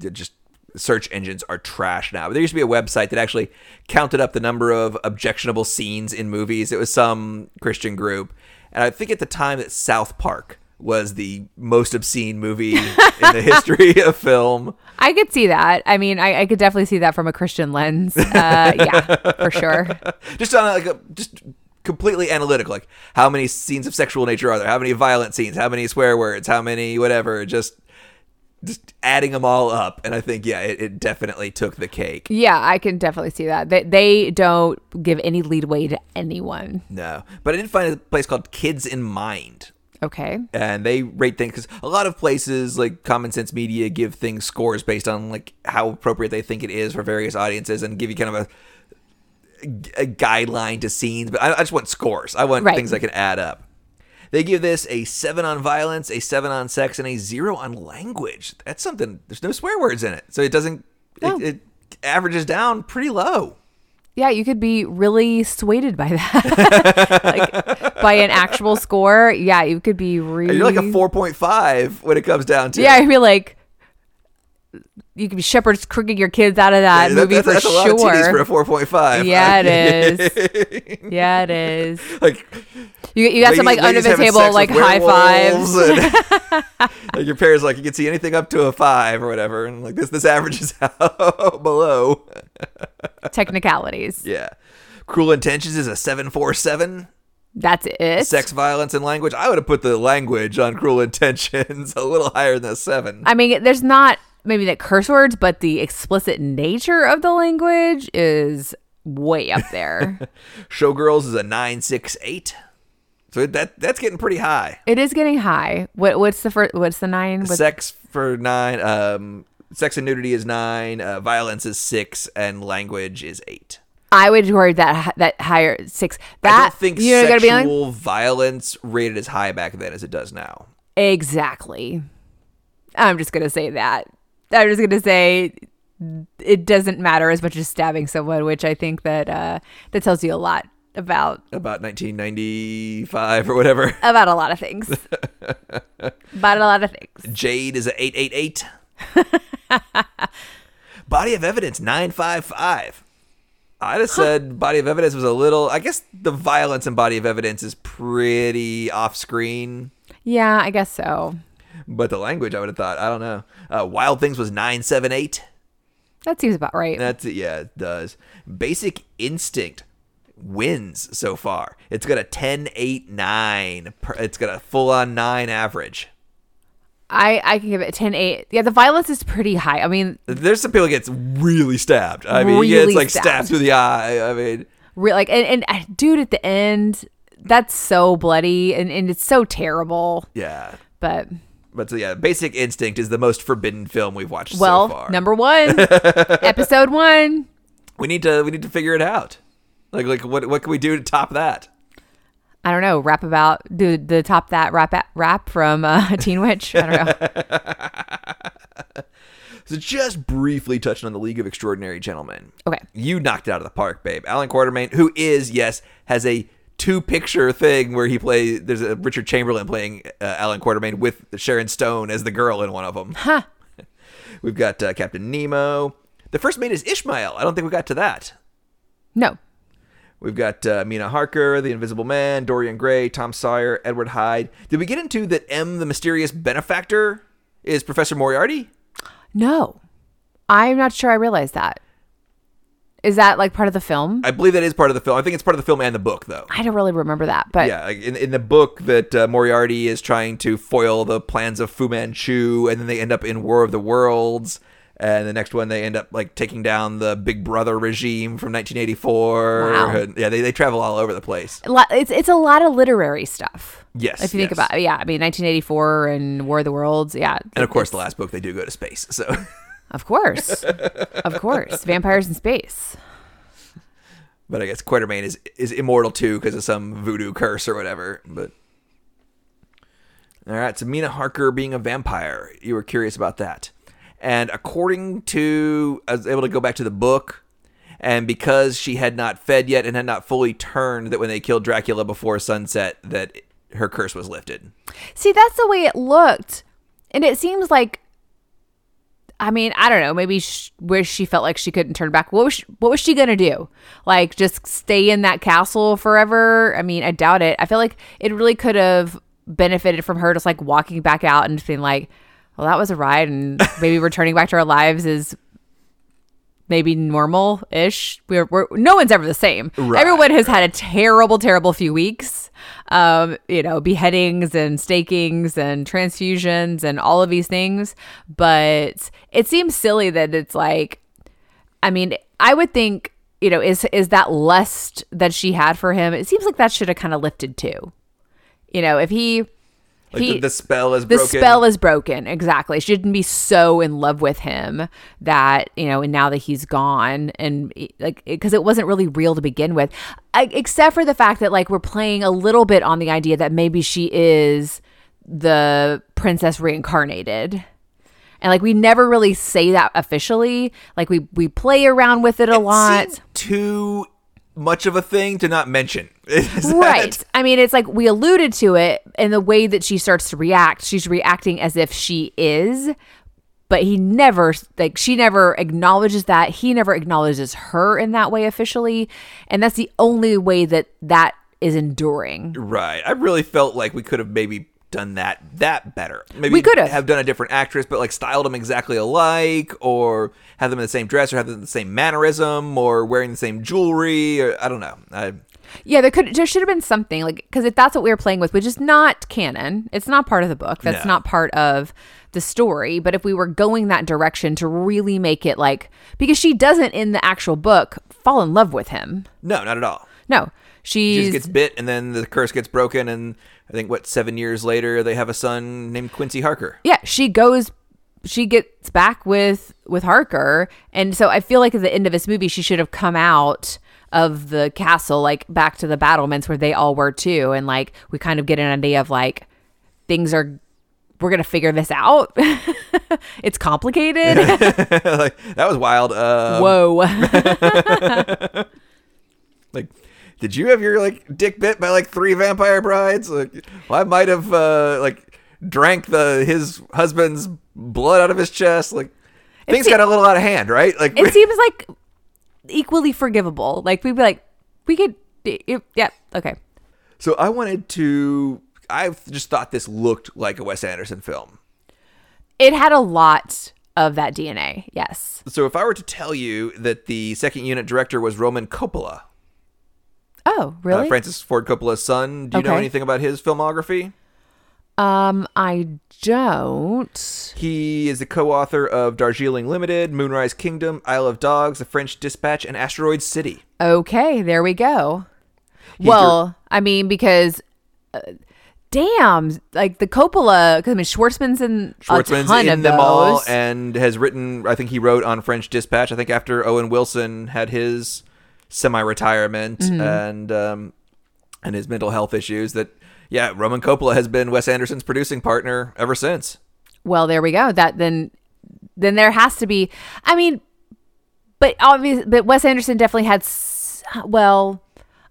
S1: th- just search engines are trash now. But there used to be a website that actually counted up the number of objectionable scenes in movies. It was some Christian group. And I think at the time that South Park was the most obscene movie in the history of film.
S2: I could see that. I mean, I, I could definitely see that from a Christian lens. Uh, yeah, for sure.
S1: just on a, like a, just completely analytical like how many scenes of sexual nature are there how many violent scenes how many swear words how many whatever just just adding them all up and i think yeah it, it definitely took the cake
S2: Yeah, I can definitely see that. They, they don't give any leadway to anyone.
S1: no but i did find a place called kids in mind
S2: Okay.
S1: and they rate things because a lot of places like common sense media give things scores based on like how appropriate they think it is for various audiences and give you kind of a, a guideline to scenes but I, I just want scores i want
S2: Right.
S1: things i can add up they give this a seven on violence a seven on sex and a zero on language that's something there's no swear words in it so it doesn't
S2: No.
S1: it, it averages down pretty low
S2: Yeah, you could be really swayed by that. like by an actual score. Yeah, you could be really
S1: you're like a 4.5 when it comes down to
S2: Mm. Yeah,
S1: it.
S2: I'd be like you could be shepherds crooking your kids out of that,
S1: That-
S2: movie
S1: that's,
S2: for
S1: that's a lot of titties
S2: sure.
S1: for a 4.5
S2: yeah, it is. Yeah, it is.
S1: like
S2: You, you got some like under
S1: Ladies-
S2: the
S1: ladies having
S2: table
S1: sex
S2: like
S1: with
S2: high
S1: werewolves
S2: fives.
S1: and- like your parents like you can see anything up to a five or whatever, and like this this averages out below.
S2: Technicalities.
S1: Yeah. Cruel Intentions is a seven four seven.
S2: That's it.
S1: Sex, violence, and language. I would have put the language on Cruel Intentions a little higher than a seven.
S2: I mean, there's not maybe the curse words, but the explicit nature of the language is way up there.
S1: Showgirls is a nine six eight. So that that's getting pretty high.
S2: it is getting high. What what's the first? What's the nine? What's,
S1: Sex for nine. Um, sex and nudity is nine. Uh, violence is six, and language is eight.
S2: I would worry that hi- that higher six. That
S1: I don't think
S2: you know what I'm gonna be like
S1: sexual violence rated as high back then as it does now.
S2: exactly. I'm just gonna say that. I'm just gonna say it doesn't matter as much as stabbing someone, which I think that uh, that tells you a lot about
S1: About 1995 or whatever.
S2: about a lot of things. about a lot of things.
S1: Jade is a 888. Body of evidence 955. I'd have said body of evidence was a little. I guess the violence in body of evidence is pretty off screen,
S2: Yeah, I guess so.
S1: but the language I would have thought. I don't know. Uh, Wild Things was 978.
S2: That seems about right.
S1: That's it. Yeah, it does. Basic Instinct wins so far. It's got a 10, 8, 9. per- It's got a full on 9 average.
S2: I, I can give it 10 8. Yeah, the violence is pretty high. I mean,
S1: There's some people gets really stabbed. I mean, he gets
S2: Really
S1: like
S2: stabbed.
S1: stabbed through the eye. I mean,
S2: re- like, and, and uh, dude, at the end, that's so bloody and, and it's so terrible.
S1: yeah.
S2: But,
S1: But so yeah, Basic Instinct is the most forbidden film we've watched
S2: well,
S1: so far.
S2: number one, episode one.
S1: we need to we need to figure it out. Like like what what can we do to top that?
S2: I don't know, rap about, do the top that rap at, rap from uh, Teen Witch. I don't know.
S1: So just briefly touching on the League of Extraordinary Gentlemen.
S2: Okay.
S1: You knocked it out of the park, babe. Alan Quartermain, who is yes, has a two picture thing where he plays. There's a Richard Chamberlain playing uh, Alan Quartermain with Sharon Stone as the girl in one of them. Huh. We've got uh, Captain Nemo. The first mate is Ishmael. I don't think we got to that.
S2: No.
S1: We've got uh, Mina Harker, The Invisible Man, Dorian Gray, Tom Sawyer, Edward Hyde. Did we get into that M, the mysterious benefactor, is Professor Moriarty?
S2: No. I'm not sure I realized that. Is that like part of the film?
S1: I believe that is part of the film. I think it's part of the film and the book, though.
S2: I don't really remember that, but
S1: Yeah, like in, in the book that uh, Moriarty is trying to foil the plans of Fu Manchu, and then they end up in War of the Worlds. And the next one, they end up like taking down the Big Brother regime from 1984.
S2: Wow.
S1: And, yeah, they, they travel all over the place.
S2: lo- it's it's a lot of literary stuff.
S1: Yes,
S2: If you think
S1: yes.
S2: about yeah, I mean 1984 and War of the Worlds, yeah.
S1: And of course, the last book they do go to space. So
S2: Of course. of course. Vampires in Space.
S1: But I guess Quatermain is is immortal too because of some voodoo curse or whatever. But all right, so Mina Harker being a vampire, you were curious about that, and according to I was able to go back to the book, and because she had not fed yet and had not fully turned, that when they killed Dracula before sunset, that her curse was lifted.
S2: See, that's the way it looked. And it seems like I mean, I don't know, maybe sh where she felt like she couldn't turn back. What was she, what was she going to do? Like just stay in that castle forever? I mean, I doubt it. I feel like it really could have benefited from her just like walking back out and just being like, "Well, that was a ride and maybe returning back to our lives is maybe normal ish. We're, we're no one's ever the same.
S1: Right,
S2: Everyone has had a terrible, terrible few weeks. Um, you know, beheadings and stakings and transfusions and all of these things. But it seems silly that it's like, I mean, I would think, you know, is is that lust that she had for him? It seems like that should have kind of lifted too. You know, if he
S1: Like
S2: he,
S1: the, the spell is
S2: the
S1: broken.
S2: spell is broken exactly she didn't be so in love with him that you know and now that he's gone and e, like because it wasn't really real to begin with I, except for the fact that like we're playing a little bit on the idea that maybe she is the princess reincarnated and like we never really say that officially like we we play around with it a lot
S1: Seemed too much of a thing to not mention. Is that-
S2: Right. I mean, it's like we alluded to it in the way that she starts to react. She's reacting as if she is, but he never, like, she never acknowledges that. He never acknowledges her in that way officially. And that's the only way that that is enduring.
S1: Right. I really felt like we could have maybe done that that better. Maybe
S2: We could have.
S1: done a different actress, but like styled them exactly alike, or have them in the same dress, or have them in the same mannerism, or wearing the same jewelry, or I don't know. I,
S2: Yeah, there could there should have been something like because if that's what we were playing with, which is not canon, it's not part of the book. That's
S1: No.
S2: not part of the story. But if we were going that direction to really make it like because she doesn't in the actual book fall in love with him.
S1: no, not at all.
S2: No,
S1: She
S2: she's
S1: just gets bit, and then the curse gets broken, and I think what seven years later they have a son named Quincy Harker.
S2: yeah she goes she gets back with with harker and so i feel like at the end of this movie she should have come out of the castle like back to the battlements where they all were too and like we kind of get an idea of like things are we're gonna figure this out it's complicated
S1: like that was wild. Uh,
S2: whoa
S1: like. Did you have your like dick bit by like three vampire brides? Like, well, I might have uh, like drank the his husband's blood out of his chest. Like, things
S2: se-
S1: got a little out of hand, right? Like,
S2: it seems like equally forgivable like we'd be like we could yeah okay
S1: so I wanted to. I just thought this looked like a Wes Anderson film.
S2: it had a lot of that dna yes
S1: So if I were to tell you that the second unit director was Roman Coppola,
S2: oh
S1: uh,
S2: really
S1: Francis Ford Coppola's son, do you know
S2: Okay.
S1: anything about his filmography?
S2: Um, I don't.
S1: He is the co-author of Darjeeling Limited, Moonrise Kingdom, Isle of Dogs, The French Dispatch, and Asteroid City.
S2: Okay, there we go.
S1: dir-
S2: well, I mean, because uh, damn, like the Coppola, 'cause, I mean, Schwartzman's in a
S1: Schwartzman's
S2: ton
S1: in
S2: of
S1: them
S2: those.
S1: all and has written. I think he wrote on French Dispatch. I think after Owen Wilson had his semi-retirement
S2: Mm-hmm.
S1: and um, and his mental health issues, that yeah, Roman Coppola has been Wes Anderson's producing partner ever since.
S2: well, there we go. That then, then there has to be. I mean, but obvious, but Wes Anderson definitely had. s- Well,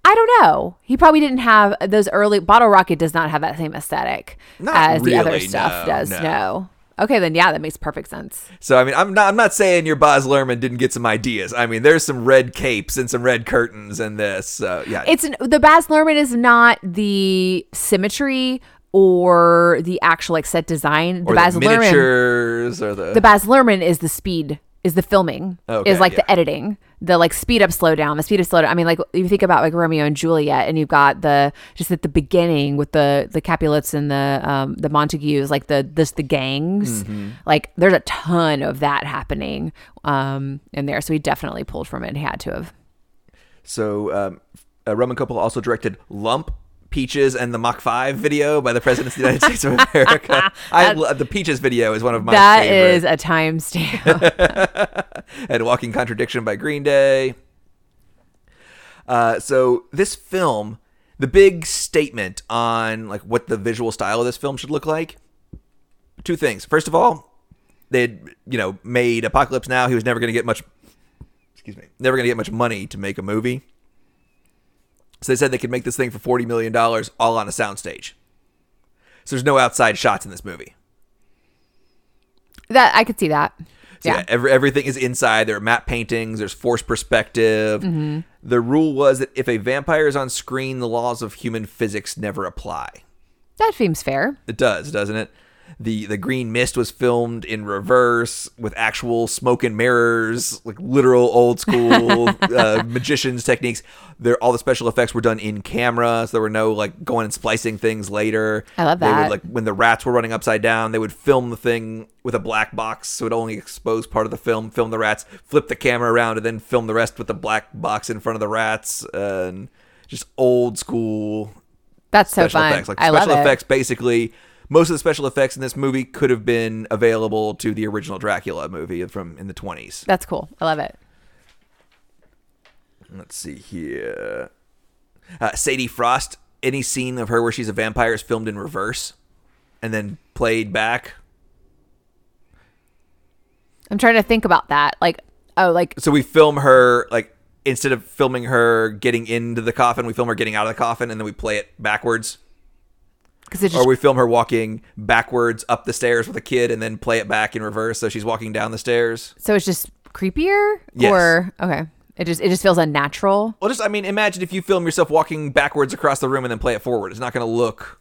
S2: I don't know. He probably didn't have those early. Bottle Rocket does not have that same aesthetic
S1: Not
S2: as the other
S1: really,
S2: stuff
S1: no,
S2: does.
S1: no.
S2: no. Okay, then yeah, that makes perfect sense.
S1: So I mean, I'm not I'm not saying your Boz Lerman didn't get some ideas. I mean, there's some red capes and some red curtains and this. So yeah,
S2: it's an- the Baz Luhrmann is not the symmetry or the actual like set design. The
S1: or
S2: Baz
S1: the
S2: Luhrmann,
S1: miniatures or the,
S2: the Baz Luhrmann is the speed is the filming
S1: Okay,
S2: is like
S1: yeah.
S2: the editing the like speed up slow down the speed up slow down i mean like you think about like romeo and juliet and you've got the just at the beginning with the the capulets and the um the montagues like the this the gangs
S1: Mm-hmm.
S2: like there's a ton of that happening um in there so he definitely pulled from it he had to have
S1: So um, uh, Roman Coppola also directed Lump, Peaches, and the Mach 5 video by the President of the United States of America. I lo- the Peaches video is one of my
S2: That
S1: favorite.
S2: is a timestamp
S1: and Walking Contradiction by Green Day. Uh, so this film, the big statement on like what the visual style of this film should look like, two things. First of all, they would you know made Apocalypse Now. He was never going to get much, excuse me, never going to get much money to make a movie. So they said they could make this thing for forty million dollars all on a soundstage. So there's no outside shots in this movie.
S2: that I could see that.
S1: So yeah,
S2: yeah.
S1: every, everything is inside. There are map paintings. There's forced perspective. The rule was that if a vampire is on screen, the laws of human physics never apply.
S2: that seems fair.
S1: It does, doesn't it? The the green mist was filmed in reverse with actual smoke and mirrors, like literal old school uh, magicians techniques. There, all the special effects were done in camera, so there were no like going and splicing things later.
S2: I love
S1: They would
S2: that.
S1: like when the rats were running upside down, they would film the thing with a black box, so it only exposed part of the film. Film the rats, flip the camera around, and then film the rest with the black box in front of the rats, and just old school
S2: That's so
S1: special
S2: fun.
S1: effects. Like
S2: I
S1: special
S2: love
S1: effects, basically, most of the special effects in this movie could have been available to the original Dracula movie from in the twenties.
S2: it. That's cool. I love it.
S1: Let's see here. Uh, Sadie Frost. Any scene of her where she's a vampire is filmed in reverse, and then played back.
S2: I'm trying to think about that. Like, oh, like
S1: So we film her like instead of filming her getting into the coffin, we film her getting out of the coffin, and then we play it backwards.
S2: because it's
S1: Or
S2: just
S1: we film her walking backwards up the stairs with a kid, and then play it back in reverse, so she's walking down the stairs.
S2: so it's just creepier.
S1: Yes.
S2: Or okay, it just it just feels unnatural.
S1: Well, just I mean, imagine if you film yourself walking backwards across the room and then play it forward. It's not going to look.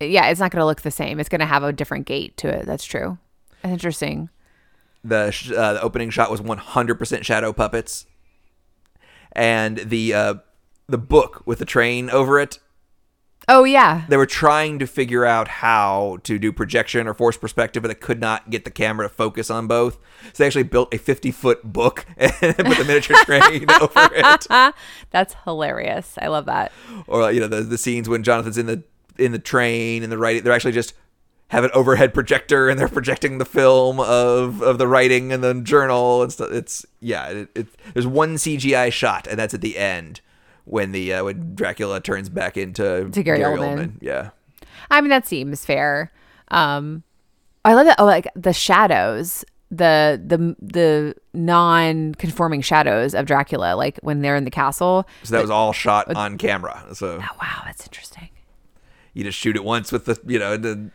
S2: Yeah, it's not going to look the same. It's going to have a different gait to it. That's true. That's interesting.
S1: The sh- uh, the opening shot was 100% shadow puppets, and the uh, the book with the train over it.
S2: Oh yeah,
S1: They were trying to figure out how to do projection or forced perspective, but they could not get the camera to focus on both. So they actually built a 50 foot book and put the miniature train over it.
S2: that's hilarious. I love that.
S1: or like, you know the, the scenes when Jonathan's in the in the train and the writing they're actually just have an overhead projector and they're projecting the film of of the writing and the journal and stuff it's yeah it, it, there's one CGI shot and that's at the end when the uh, when Dracula turns back into
S2: To Gary Oldman.
S1: yeah
S2: I mean, that seems fair. Um, I love that. Oh, like the shadows, the the the non-conforming shadows of Dracula, like when they're in the castle.
S1: so that was all shot on camera so
S2: Oh, wow, that's interesting.
S1: you just shoot it once with the you know the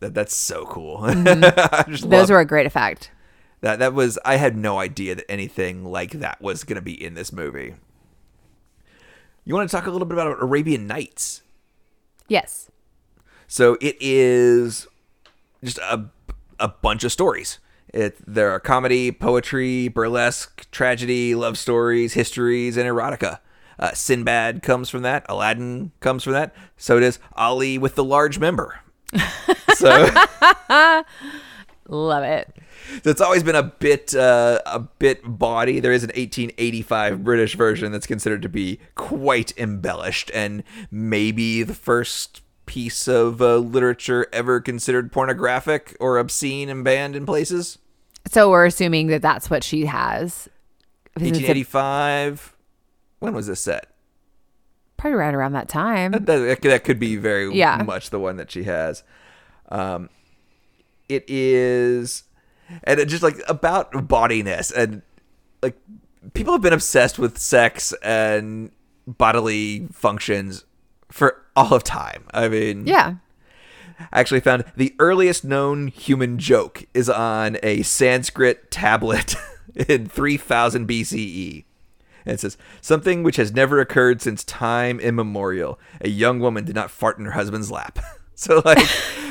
S1: that, that's so cool I just
S2: Mm-hmm. Those
S1: love
S2: were a great effect.
S1: That that was I had no idea that anything like that was going to be in this movie. You want to talk a little bit about Arabian Nights?
S2: Yes.
S1: So it is just a a bunch of stories. It there are comedy, poetry, burlesque, tragedy, love stories, histories, and erotica. Uh, Sinbad comes from that. Aladdin comes from that. So does Ali with the large member. so.
S2: Love it.
S1: So it's always been a bit uh, a bit bawdy. There is an 1885 British version that's considered to be quite embellished and maybe the first piece of uh, literature ever considered pornographic or obscene and banned in places.
S2: So we're assuming that that's what she has. Because it's a-
S1: 1885. When was this set?
S2: probably right around that time.
S1: That, that, could- that could be very
S2: Yeah.
S1: much the one that she has. Um, it is, and it just like about bodiness and like people have been obsessed with sex and bodily functions for all of time. I mean,
S2: Yeah.
S1: I actually found the earliest known human joke is on a Sanskrit tablet in 3000 BCE. E. And it says, something which has never occurred since time immemorial. A young woman did not fart in her husband's lap. So like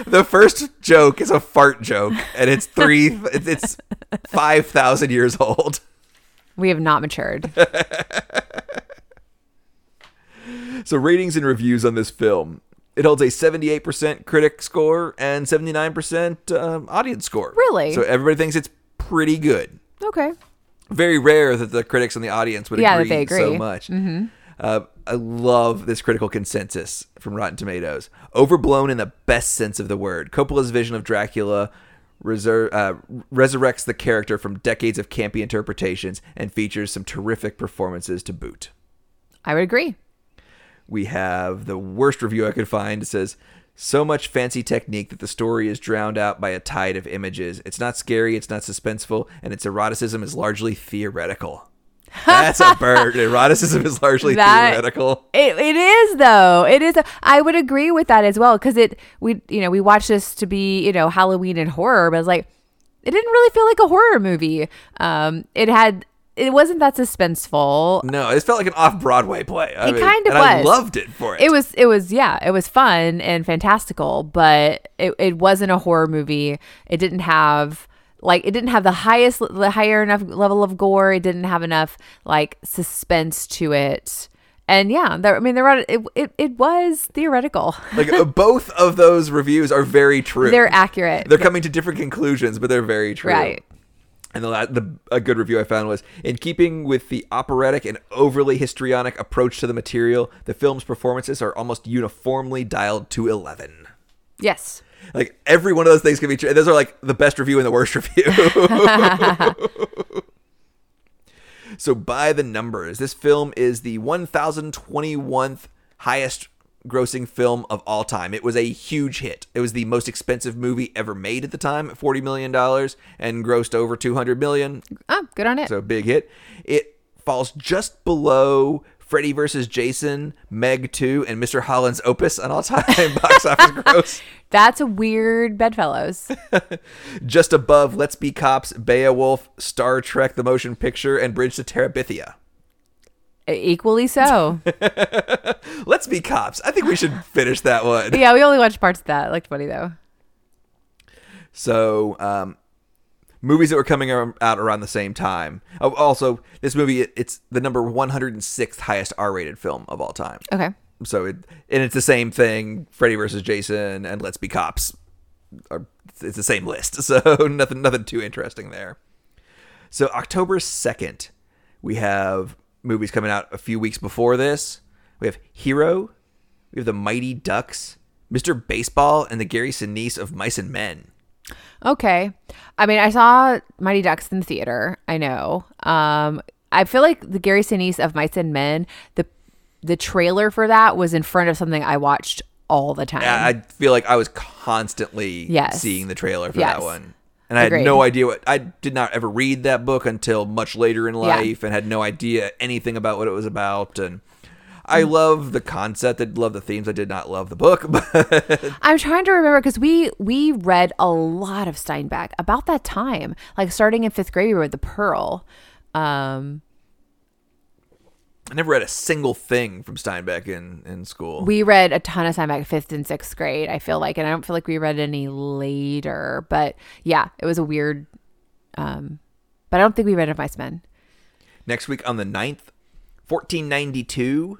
S1: the first joke is a fart joke and it's 3 it's- it's 5,000 years old.
S2: We have not matured.
S1: So ratings and reviews on this film. It holds a 78% critic score and 79% um, audience score.
S2: Really?
S1: So everybody thinks it's pretty good.
S2: Okay.
S1: Very rare that the critics and the audience would
S2: Yeah, that
S1: agree,
S2: they
S1: so
S2: agree. Mm-hmm.
S1: much. Uh, I love this critical consensus from Rotten Tomatoes. Overblown in the best sense of the word. Coppola's vision of Dracula reser- uh, resurrects the character from decades of campy interpretations and features some terrific performances to boot.
S2: I would agree.
S1: We have the worst review I could find. It says, so much fancy technique that the story is drowned out by a tide of images. It's not scary, it's not suspenseful, and its eroticism is largely theoretical. That's a bird. Eroticism is largely
S2: That-
S1: theoretical.
S2: It, it is though. It is. I would agree with that as well because it we you know we watched this to be you know Halloween and horror, but it's like it didn't really feel like a horror movie. Um, it had it wasn't that suspenseful.
S1: No, it felt like an off Broadway play. I
S2: It kind of
S1: and I
S2: was.
S1: loved it for it.
S2: It was it was yeah it was fun and fantastical, but it it wasn't a horror movie. It didn't have like it didn't have the highest the higher enough level of gore. It didn't have enough like suspense to it. And yeah, there, I mean, there are, it, it, it was theoretical.
S1: like uh, both of those reviews are very true.
S2: They're accurate.
S1: They're coming to different conclusions, but they're very true.
S2: Right.
S1: And the, la- the a good review I found was in keeping with the operatic and overly histrionic approach to the material, the film's performances are almost uniformly dialed to eleven.
S2: yes.
S1: Like every one of those things can be true. And those are like the best review and the worst review. so by the numbers, this film is the 1021th highest grossing film of all time. It was a huge hit. It was the most expensive movie ever made at the time at 40 million dollars and grossed over 200 million.
S2: Oh, good on it.
S1: So big hit. It falls just below Freddy vs. Jason, Meg 2, and Mr. Holland's Opus on all-time box office gross.
S2: That's a weird bedfellows.
S1: Just above Let's Be Cops, Beowulf, Star Trek the Motion Picture, and Bridge to Terabithia.
S2: E, Equally so.
S1: Let's Be Cops. I think we should finish that one.
S2: yeah, we only watched parts of that. It looked funny though.
S1: So, um, movies that were coming ar- out around the same time. Oh, also, this movie it- it's the number 106th highest R-rated film of all time.
S2: Okay.
S1: So it and it's the same thing. Freddy versus Jason and Let's Be Cops are it's the same list. So nothing nothing too interesting there. So October second, we have movies coming out a few weeks before this. We have Hero, we have The Mighty Ducks, Mr. Baseball, and the Gary Sinise of Mice and Men.
S2: Okay. I mean, I saw Mighty Ducks in the theater. I know. Um, I feel like the Gary Sinise of Mice and Men, the the trailer for that was in front of something I watched all the time.
S1: I I feel like I was constantly
S2: Yes.
S1: seeing the trailer for
S2: Yes.
S1: that one. And I
S2: Agreed.
S1: had no idea what I did not ever read that book until much later in life and had no idea anything about what it was about and
S2: Hmm.
S1: I love the concept, I love the themes. I did not love the book, but
S2: I'm trying to remember because we we read a lot of Steinbeck about that time, like starting in fifth grade. We read The Pearl. Um,
S1: I never read a single thing from Steinbeck in, in school.
S2: we read a ton of Steinbeck fifth and sixth grade. I feel like, and I don't feel like we read any later. But yeah, it was a weird. Um, but I don't think we read of Mice Men.
S1: Next week on the 9th, 1492,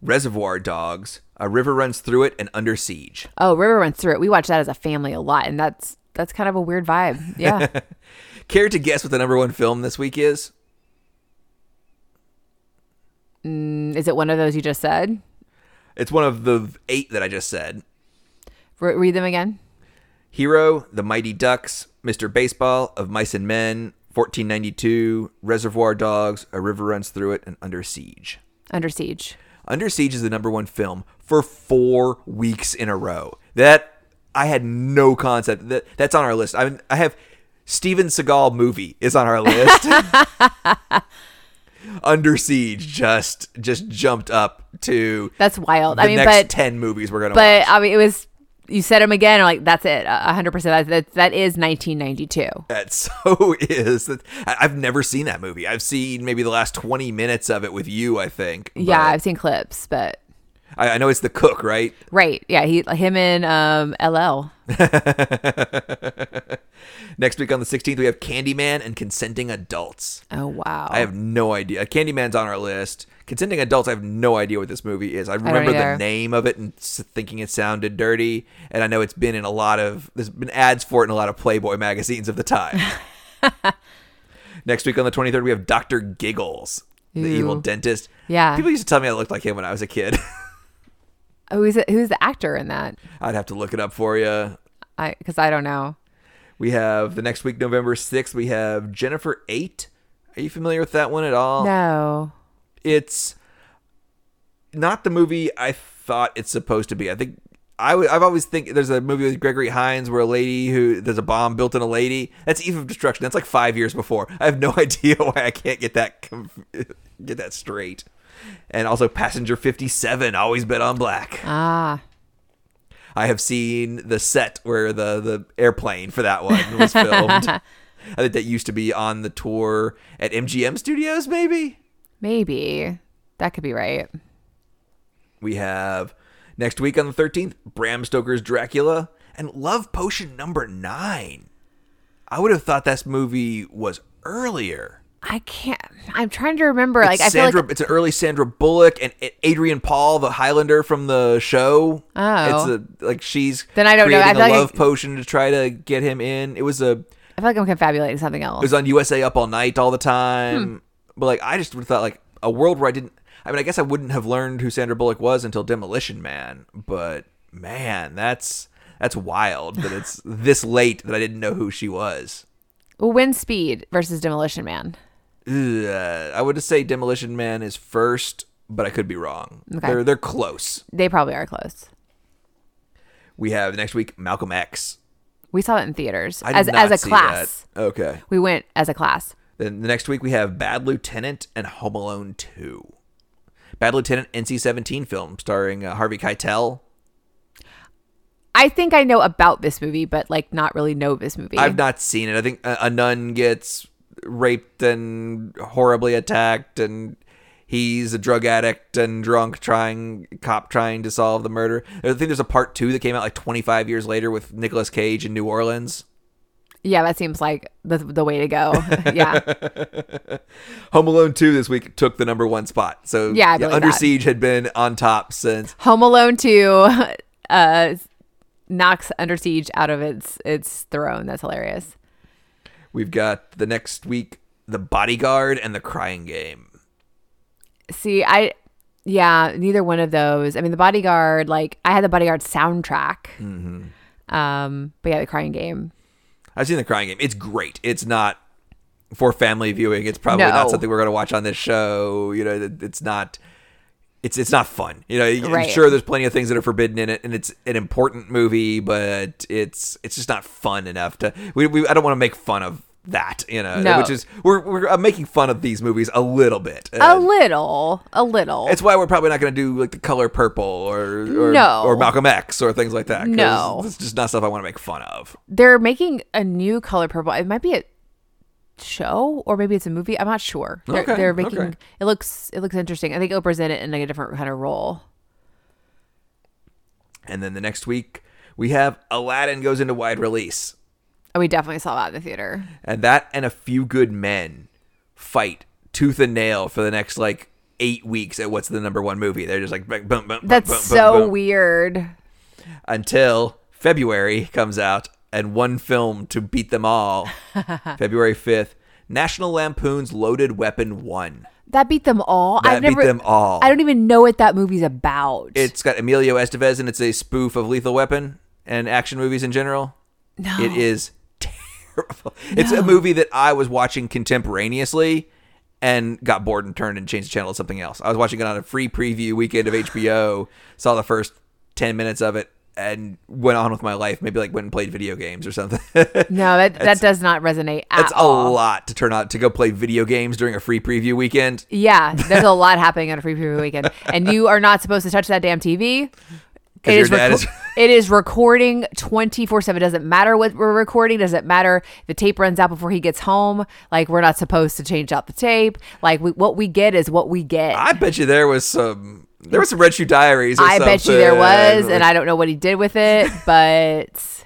S1: Reservoir Dogs, A River Runs Through It and Under Siege.
S2: Oh, River runs through it. We watched that as a family a lot, and that's that's kind of a weird vibe. Yeah,
S1: Care to guess what the number one film this week is?
S2: Mm, is it one of those you just said?
S1: It's one of the eight that I just said.
S2: Re- read them again.
S1: Hero, The Mighty Ducks, Mr. Baseball, Of Mice and Men, 1492, Reservoir Dogs, A River Runs Through It, and Under Siege.
S2: Under Siege.
S1: Under Siege is the number one film for four weeks in a row. That I had no concept. That that's on our list. I I have Steven Seagal movie is on our list. Under Siege just just jumped up to
S2: That's wild.
S1: the
S2: I mean,
S1: next
S2: but
S1: ten movies we're gonna watch.
S2: but I mean, it was. You said them again, or like that's it, hundred percent. That that- that is nineteen ninety two.
S1: That so is that I- I've never seen that movie. I've seen maybe the last twenty minutes of it with you. I think.
S2: Yeah,
S1: but
S2: I've seen clips, but
S1: I, I know it's the cook, right?
S2: Right. Yeah. He, him and um, LL.
S1: Next week on the 16th, we have Candyman and consenting adults.
S2: Oh, wow.
S1: I have no idea. Candyman's on our list. Consenting adults, I have no idea what this movie is. I remember the
S2: either.
S1: name of it and s- thinking it sounded dirty, and I know it's been in a lot of there's been ads for it in a lot of Playboy magazines of the time. Next week on the 23rd, we have Doctor Giggles, the evil
S2: Ew.
S1: dentist.
S2: Yeah.
S1: people used to tell me I looked like him when I was a kid.
S2: who's, it, who's the actor in that?
S1: I'd have to look it up for you.
S2: I Because I don't know.
S1: We have the next week, November 6th, we have Jennifer 8. Are you familiar with that one at all?
S2: No.
S1: It's not the movie I thought it's supposed to be. I think I w- I've always think there's a movie with Gregory Hines where a lady who there's a bomb built in a lady. That's Eve of Destruction. That's like five years before. I have no idea why I can't get that conf- get that straight. And also Passenger 57, always bet on black.
S2: Ah.
S1: I have seen the set where the the airplane for that one was filmed. I think that used to be on the tour at MGM Studios. Maybe
S2: Maybe. That could be right.
S1: we have next week on the thirteenth Bram Stoker's Dracula and Love Potion Number Nine. I would have thought this movie was earlier.
S2: I can't. I'm trying to remember. Like, I feel
S1: Sandra,
S2: like.
S1: it's an early Sandra Bullock and Adrian Paul, the Highlander from the show.
S2: Oh.
S1: it's a, like she's
S2: Then I don't know. I
S1: creating
S2: feel like
S1: a
S2: I-
S1: love potion to try to get him in. It was a
S2: I feel like I'm confabulating something
S1: It
S2: else.
S1: was on USA Up All Night all the time.
S2: Hmm.
S1: But like, I just would have thought like a world where I didn't. I mean, I guess I wouldn't have learned who Sandra Bullock was until Demolition Man. But man, that's that's wild that it's this late that I didn't know who she was.
S2: Well, Wind Speed versus Demolition Man.
S1: Ugh, I would say Demolition Man is first, but I could be wrong.
S2: Okay.
S1: They're they're close.
S2: They probably are close.
S1: We have next week Malcolm X.
S2: We saw it in theaters
S1: I did
S2: as
S1: not
S2: as a
S1: see
S2: class.
S1: That. Okay.
S2: We went as a class.
S1: Then the next week we have Bad Lieutenant and Home Alone 2. Bad Lieutenant NC-17 film starring uh, Harvey Keitel.
S2: I think I know about this movie, but like not really know this movie.
S1: I've not seen it. I think a, a nun gets raped and horribly attacked and he's a drug addict and drunk trying cop trying to solve the murder. I think there's a part 2 that came out like 25 years later with Nicolas Cage in New Orleans.
S2: yeah, that seems like the the way to go. yeah,
S1: Home Alone 2 this week took the number 1 spot. So
S2: Yeah, I believe
S1: Under
S2: that.
S1: Siege had been on top since
S2: Home Alone two uh, knocks Under Siege out of its its throne. That's hilarious.
S1: We've got the next week, The Bodyguard and The Crying Game.
S2: See, I yeah, neither one of those. I mean, the Bodyguard. Like, I had the Bodyguard soundtrack.
S1: Mm-hmm.
S2: Um, but yeah, the Crying Game.
S1: I've seen The Crying Game. It's great. It's not for family viewing. It's probably not
S2: No.
S1: something we're going to watch on this show. You know, it- it's not. It's it's not fun. You know, I'm
S2: Right.
S1: sure there's plenty of things that are forbidden in it, and it's an important movie, but it's it's just not fun enough to. We, we I don't want to make fun of that. You know,
S2: No.
S1: which is we're we're uh, making fun of these movies a little bit.
S2: A
S1: Uh,
S2: little, a little.
S1: It's why we're probably not going to do like the color purple or or,
S2: No.
S1: or Malcolm X or things like that. 'cause
S2: No.
S1: it's just not stuff I want to make fun of.
S2: They're making a new color purple. It might be a show or maybe it's a movie. I'm not sure. They're,
S1: Okay,
S2: they're making
S1: okay.
S2: it looks it looks interesting. I think Oprah's in it in like a different kind of role.
S1: And then the next week we have Aladdin goes into wide release,
S2: And we definitely saw that in the theater.
S1: and that and a few good men fight tooth and nail for the next like eight weeks at what's the number one movie. They're just like boom, boom, boom,
S2: That's
S1: boom, boom,
S2: so
S1: boom,
S2: weird.
S1: until February comes out and one film to beat them all. February fifth, National Lampoon's Loaded Weapon One.
S2: That beat them all.
S1: That
S2: I've
S1: beat
S2: never
S1: them all.
S2: I don't even know what that movie's about.
S1: It's got Emilio Estevez and it's a spoof of Lethal Weapon and action movies in general.
S2: No.
S1: It is terrible. It's a movie that I was watching contemporaneously and got bored and turned and changed the channel to something else. I was watching it on a free preview weekend of HBO, saw the first 10 minutes of it and went on with my life, maybe like went and played video games or something.
S2: no, that that does not resonate at
S1: That's a
S2: all.
S1: lot to turn out to go play video games during a free preview weekend.
S2: Yeah, there's a lot happening on a free preview weekend, and you are not supposed to touch that damn TV.
S1: 'Cause your dad
S2: reco-
S1: is-
S2: it is recording 24 7. Doesn't matter what we're recording. Doesn't matter. The tape runs out before he gets home. Like, we're not supposed to change out the tape. Like, we, what we get is what we get.
S1: I bet you there was some There were some Red Shoe Diaries. Or
S2: I bet you there
S1: something.
S2: was, and I don't know what he did with it, but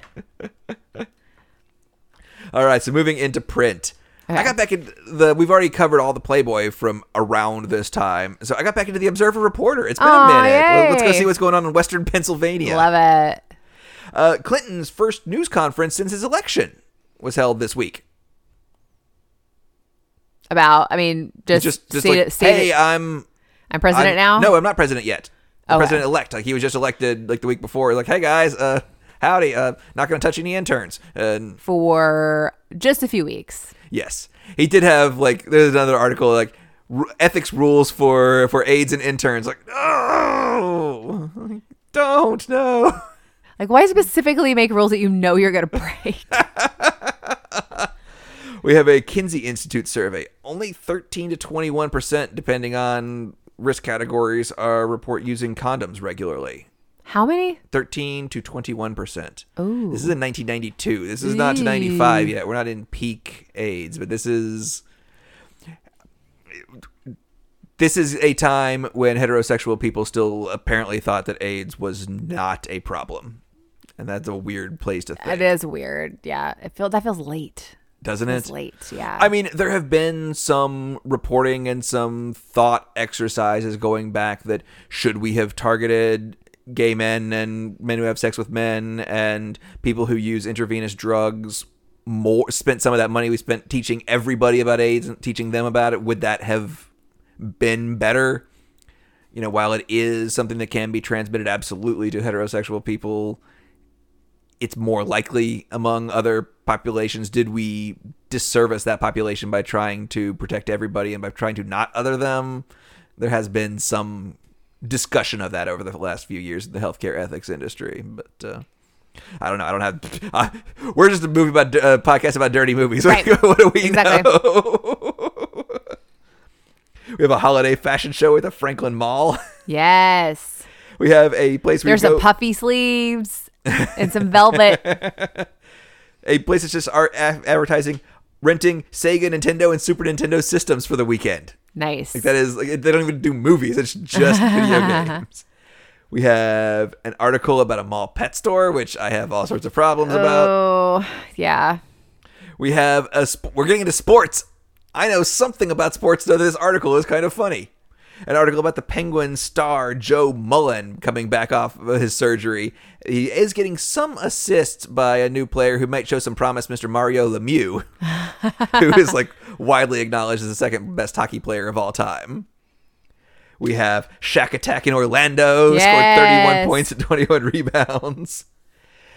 S1: All right, so moving into print. I
S2: Okay.
S1: got back into the. We've already covered all the Playboy from around this time, so I got back into the Observer Reporter. It's been a
S2: Aw,
S1: minute. Let- Let's go
S2: yay.
S1: see what's going on in Western Pennsylvania.
S2: love it.
S1: Uh, Clinton's first news conference since his election was held this week.
S2: About, I mean, just,
S1: Just, just
S2: state
S1: like,
S2: it, state
S1: hey,
S2: it.
S1: I'm
S2: I'm president
S1: I'm-
S2: now.
S1: No, I'm not president yet. I'm
S2: Okay.
S1: President elect. Like he was just elected like the week before. Like, hey guys, uh, howdy. Uh, not going to touch any interns. And
S2: for just a few weeks.
S1: yes, he did have like. There's another article like r- ethics rules for for aides and interns. Like, oh, don't no.
S2: Like, why specifically make rules that you know you're gonna break?
S1: We have a Kinsey Institute survey. Only 13 to 21 percent, depending on risk categories, are report using condoms regularly.
S2: How many?
S1: 13 to 21 percent.
S2: Ooh.
S1: This is in 1992. This is not to 95 yet. We're not in peak AIDS, but this is this is a time when heterosexual people still apparently thought that AIDS was not a problem, and that's a weird place to
S2: It
S1: think,
S2: is weird. Yeah, it feels that feels late.
S1: doesn't
S2: It's
S1: it?
S2: late. Yeah.
S1: I mean, there have been some reporting and some thought exercises going back that should we have targeted gay men and men who have sex with men and people who use intravenous drugs more spent some of that money we spent teaching everybody about AIDS and teaching them about it would that have been better you know while it is something that can be transmitted absolutely to heterosexual people it's more likely among other populations. Did we disservice that population by trying to protect everybody and by trying to not other them? There has been some discussion of that over the last few years in the healthcare ethics industry, but uh, I don't know. I don't have. Uh, we're just a movie about uh, podcast about dirty movies.
S2: Right.
S1: what do we
S2: Exactly.
S1: know? we have a holiday fashion show at the Franklin Mall.
S2: yes.
S1: We have a place where
S2: There's
S1: you go,
S2: some puffy sleeves and some velvet.
S1: a place that's just art a- advertising renting Sega, Nintendo, and Super Nintendo systems for the weekend.
S2: nice.
S1: Like that is like they don't even do movies; it's just video games. We have an article about a mall pet store, which I have all sorts of problems about.
S2: oh, yeah.
S1: We have a sp- we're getting into sports. I know something about sports, though. This article is kind of funny. An article about the Penguin star Joe Mullen coming back off of his surgery. He is getting some assists by a new player who might show some promise, Mr. Mario Lemieux, who is like widely acknowledged as the second best hockey player of all time. We have Shaq Attack in Orlando, scored 31
S2: Yes.
S1: points and 21 rebounds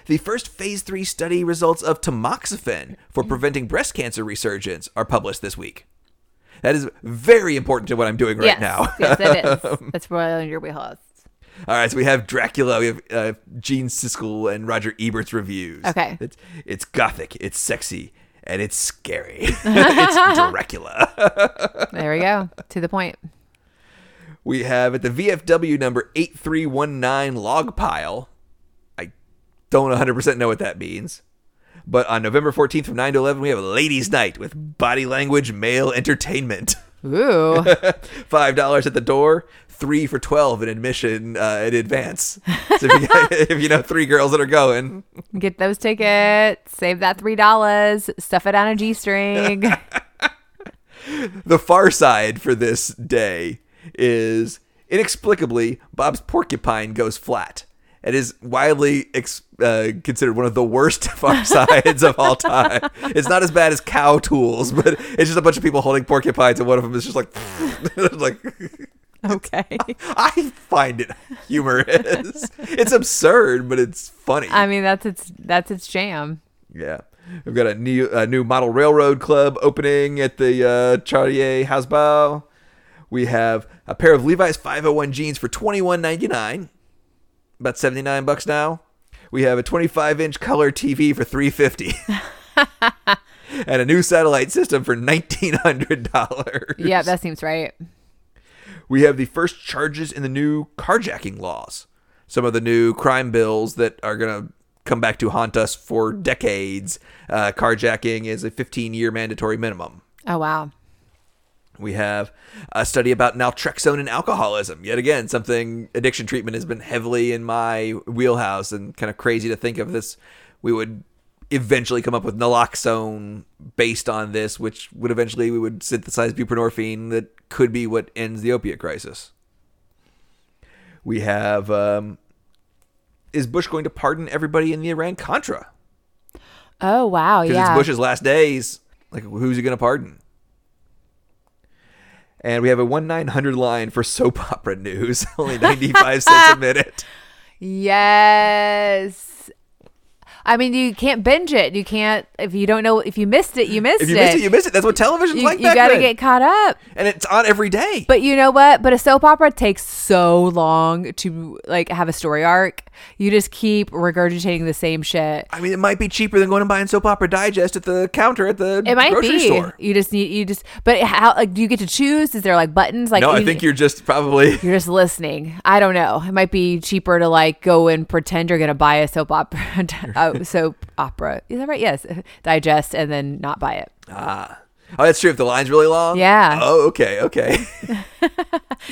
S1: the first phase 3 study results of tamoxifen for
S2: Mm.
S1: preventing breast cancer resurgence are published this week. That is very important to what I'm doing right
S2: yes.
S1: now.
S2: yes, it is. That's royal in your wheelhouse.
S1: All right, so we have Dracula, we have uh, Gene Siskel and Roger Ebert's reviews.
S2: Okay.
S1: It's, it's gothic, it's sexy, and it's scary. it's Dracula.
S2: There we go. to the point.
S1: We have at the VFW number 8319 log pile. I don't 100% know what that means. But on November 14th from 9 to 11, we have a ladies' night with body language male entertainment.
S2: Ooh.
S1: $5 at the door, 3 for 12 in admission uh, in advance. So if you, if you know three girls that are going,
S2: Get those tickets. Save that three dollars. Stuff it on a G string.
S1: the far side for this day is inexplicably Bob's porcupine goes flat. It is widely ex- uh, considered one of the worst far sides of all time. It's not as bad as cow tools, but it's just a bunch of people holding porcupines, and one of them is just like, like
S2: okay.
S1: I find it humorous. It's absurd, but it's funny.
S2: I mean, that's its that's its jam.
S1: Yeah. We've got a new a new model railroad club opening at the uh, Chartier Hausbau. We have a pair of Levi's 501 jeans for twenty one ninety nine, about seventy nine bucks now. We have a twenty five inch color TV for three fifty, and a new satellite system for nineteen hundred dollars.
S2: Yeah, that seems right.
S1: We have the first charges in the new carjacking laws. Some of the new crime bills that are going to come back to haunt us for decades. Uh, carjacking is a 15 year mandatory minimum.
S2: Oh wow.
S1: We have a study about naltrexone and alcoholism. Yet again, something addiction treatment has been heavily in my wheelhouse and kind of crazy to think of this. We would eventually come up with naloxone based on this, which would eventually we would synthesize buprenorphine that could be what ends the opiate crisis. We have um, is Bush going to pardon everybody in the Iran Contra?
S2: Oh wow,
S1: Because
S2: yeah.
S1: it's Bush's last days. Like, who's he going to pardon? And we have a 1 900 line for soap opera news, only 95 cents a minute.
S2: Yes. I mean, you can't binge it. You can't if you don't know if you missed it, you missed
S1: If you missed it, you missed it. That's what television's
S2: You-
S1: like
S2: you
S1: back
S2: gotta
S1: then.
S2: get caught up.
S1: and it's on every day.
S2: But you know what? But a soap opera takes so long to like have a story arc. You just keep regurgitating the same shit.
S1: I mean, it might be cheaper than going and buying soap opera digest at the counter at the
S2: It might
S1: grocery
S2: be
S1: store.
S2: you just need you just. But how like do you get to choose? Is there like buttons? Like
S1: No, I
S2: you-
S1: think you're just probably.
S2: you're just listening. I don't know. It might be cheaper to like go and pretend you're gonna buy a soap opera. oh, soap opera. Is that right? Yes. Digest and then not buy it.
S1: Ah. Oh, that's true. If the line's really long.
S2: Yeah.
S1: Oh, okay, okay.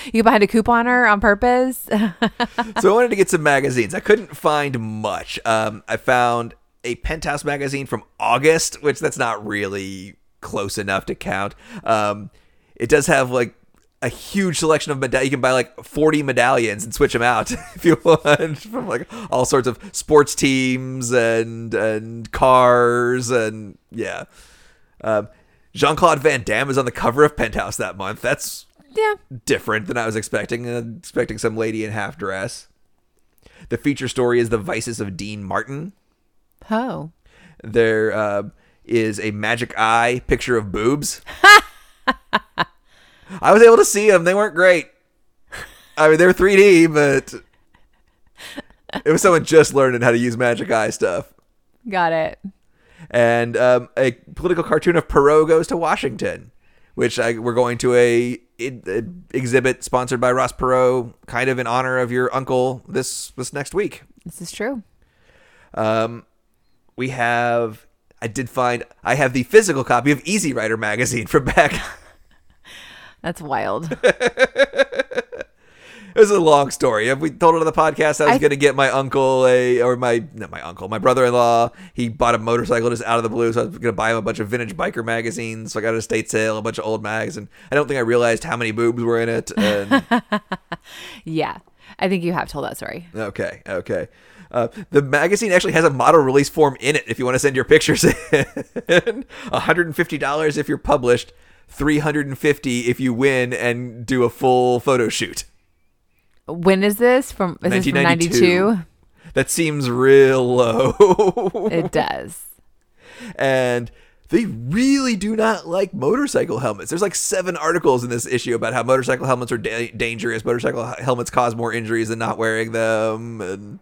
S2: You get behind a couponer on purpose.
S1: so I wanted to get some magazines. I couldn't find much. Um, I found a Penthouse magazine from August, which that's not really close enough to count. Um, it does have like a huge selection of medallions. You can buy like 40 medallions and switch them out if you want from like all sorts of sports teams and and cars and yeah. Um, Jean Claude Van Damme is on the cover of Penthouse that month. That's
S2: yeah.
S1: different than I was expecting. uh, expecting some lady in half dress. The feature story is the vices of Dean Martin.
S2: Oh.
S1: There uh, is a magic eye picture of boobs. I was able to see them. They weren't great. I mean, they were 3D, but it was someone just learning how to use magic eye stuff.
S2: Got it.
S1: And um, a political cartoon of Perot goes to Washington, which I, we're going to a, a exhibit sponsored by Ross Perot, kind of in honor of your uncle this this next week.
S2: This is true.
S1: Um, we have. I did find. I have the physical copy of Easy Rider magazine from back.
S2: That's wild.
S1: it was a long story. If we told it on the podcast, I was
S2: I-
S1: going to get my uncle a or my not my uncle, my brother in law. He bought a motorcycle just out of the blue, so I was going to buy him a bunch of vintage biker magazines. So I got an estate sale, a bunch of old mags, and I don't think I realized how many boobs were in it. And
S2: yeah. I think you have told that story.
S1: okay, okay. Uh, the magazine actually has a model release form in it if you want to send your pictures in. $150 if you're published, 350 if you win and do a full photo shoot.
S2: When is this? From is this from
S1: 1992?
S2: ninety-two?
S1: That seems real low.
S2: It does.
S1: and they really do not like motorcycle helmets. There's like seven articles in this issue about how motorcycle helmets are da- dangerous. Motorcycle h- helmets cause more injuries than not wearing them. And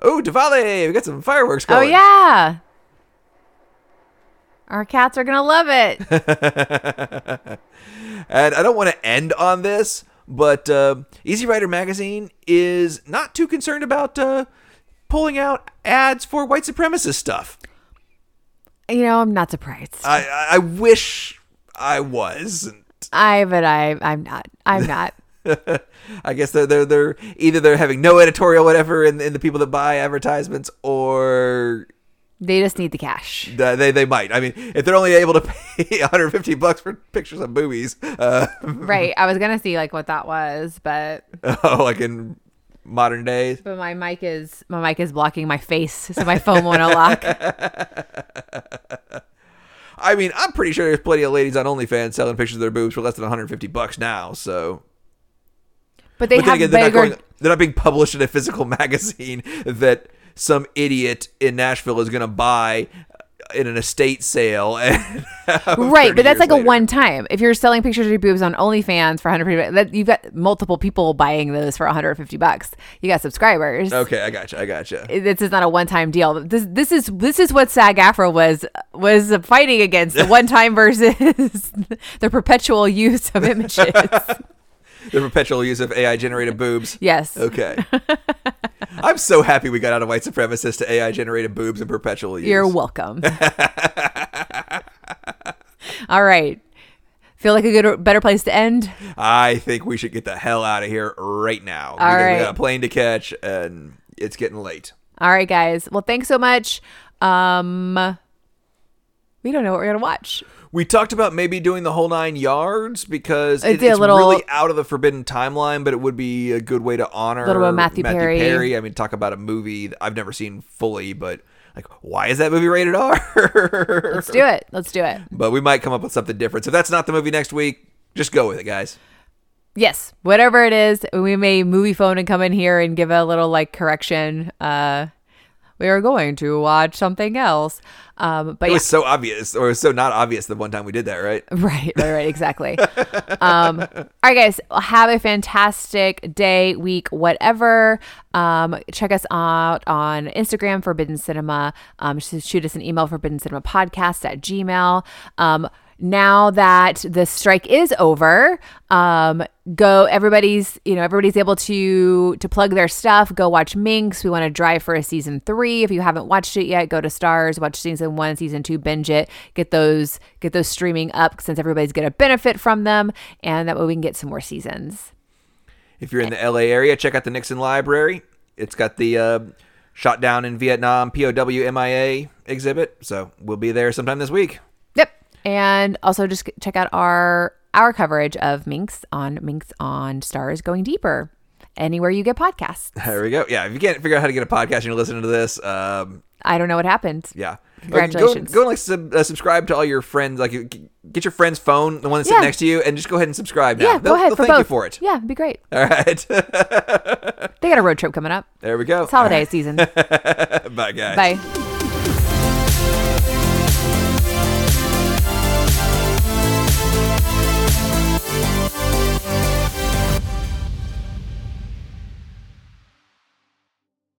S1: oh, Diwali! We got some fireworks
S2: Oh
S1: going.
S2: yeah. Our cats are gonna love it.
S1: And I don't want to end on this, but uh, Easy Rider magazine is not too concerned about uh, pulling out ads for white supremacist stuff.
S2: you know, I'm not surprised.
S1: I I, I wish I was.
S2: I but I I'm not. I'm not.
S1: I guess they're, they're they're either they're having no editorial whatever in, in the people that buy advertisements, or
S2: They just need the cash.
S1: th- they they might. I mean, if they're only able to pay 150 bucks for pictures of boobies, uh,
S2: Right. I was gonna see like what that was, but
S1: oh, like in modern days.
S2: but my mic is my mic is blocking my face, so my phone won't unlock.
S1: I mean, I'm pretty sure there's plenty of ladies on OnlyFans selling pictures of their boobs for less than 150 bucks now. So,
S2: But they
S1: but then
S2: have
S1: again, they're
S2: bigger.
S1: not going, they're not being published in a physical magazine that some idiot in Nashville is going to buy in an estate sale and have
S2: right
S1: 30
S2: but that's
S1: years
S2: like a
S1: later.
S2: one time if you're selling pictures of your boobs on onlyfans for 150 that you've got multiple people buying those for 150 bucks you got subscribers
S1: Okay, I gotcha. I gotcha.
S2: this is not a one-time deal this this is this is what sag afro was was fighting against the one-time versus the perpetual use of images
S1: the perpetual use of AI generated boobs.
S2: yes
S1: Okay. I'm so happy we got out of white supremacist to AI generated boobs and perpetual use.
S2: you're welcome all right Feel like a good, better place to end.
S1: I think we should get the hell out of here right now.
S2: All
S1: because
S2: right.
S1: We got a plane to catch and it's getting late.
S2: All right, guys. Well, thanks so much. Um, we don't know what we're gonna watch.
S1: We talked about maybe doing the whole nine yards because
S2: It'd
S1: it-
S2: be a
S1: it's
S2: little-
S1: really out of the forbidden timeline, but it would be a good way to honor
S2: Little bit of Matthew Perry.
S1: I mean, talk about a movie that I've never seen fully, but like, why is that movie rated R?
S2: Let's do it. Let's do it.
S1: but we might come up with something different. So if that's not the movie next week, just go with it, guys.
S2: Yes, whatever it is, we may movie phone and come in here and give a little like correction. Uh, we are going to watch something else. Um, but
S1: It
S2: yeah.
S1: was so obvious, or it was so not obvious the one time we did that, right?
S2: Right, right, right, exactly. um, all right, guys, have a fantastic day, week, whatever. Um, check us out on Instagram, Forbidden Cinema. Um, sh- shoot us an email, Forbidden Cinema Podcast at Gmail. Um, now that the strike is over, um, go everybody's you know everybody's able to to plug their stuff. Go watch Minx. We want to drive for a season three. If you haven't watched it yet, go to Stars, watch season one, season two, binge it. Get those get those streaming up since everybody's gonna benefit from them, and that way we can get some more seasons.
S1: If you're in the LA area, check out the Nixon Library. It's got the uh, shot down in Vietnam POW MIA exhibit. So we'll be there sometime this week.
S2: Yep. And also just g- check out our our coverage of Minx on Minx on Stars Going Deeper. Anywhere you get podcasts.
S1: There we go. Yeah, if you can't figure out how to get a podcast and you're listening to this, um,
S2: I don't know what happened.
S1: yeah. Like,
S2: Congratulations.
S1: Go, go and like sub, uh, subscribe to all your friends. Like, g- get your friend's phone, the one that's sitting
S2: Yeah.
S1: next to you, and just go ahead and subscribe. Now.
S2: Yeah, go
S1: They'll-
S2: ahead
S1: they'll
S2: for
S1: thank
S2: both.
S1: you for it.
S2: Yeah, it'd be great.
S1: All right.
S2: They got a road trip coming up.
S1: there we go.
S2: It's holiday season.
S1: Bye, guys.
S2: Bye.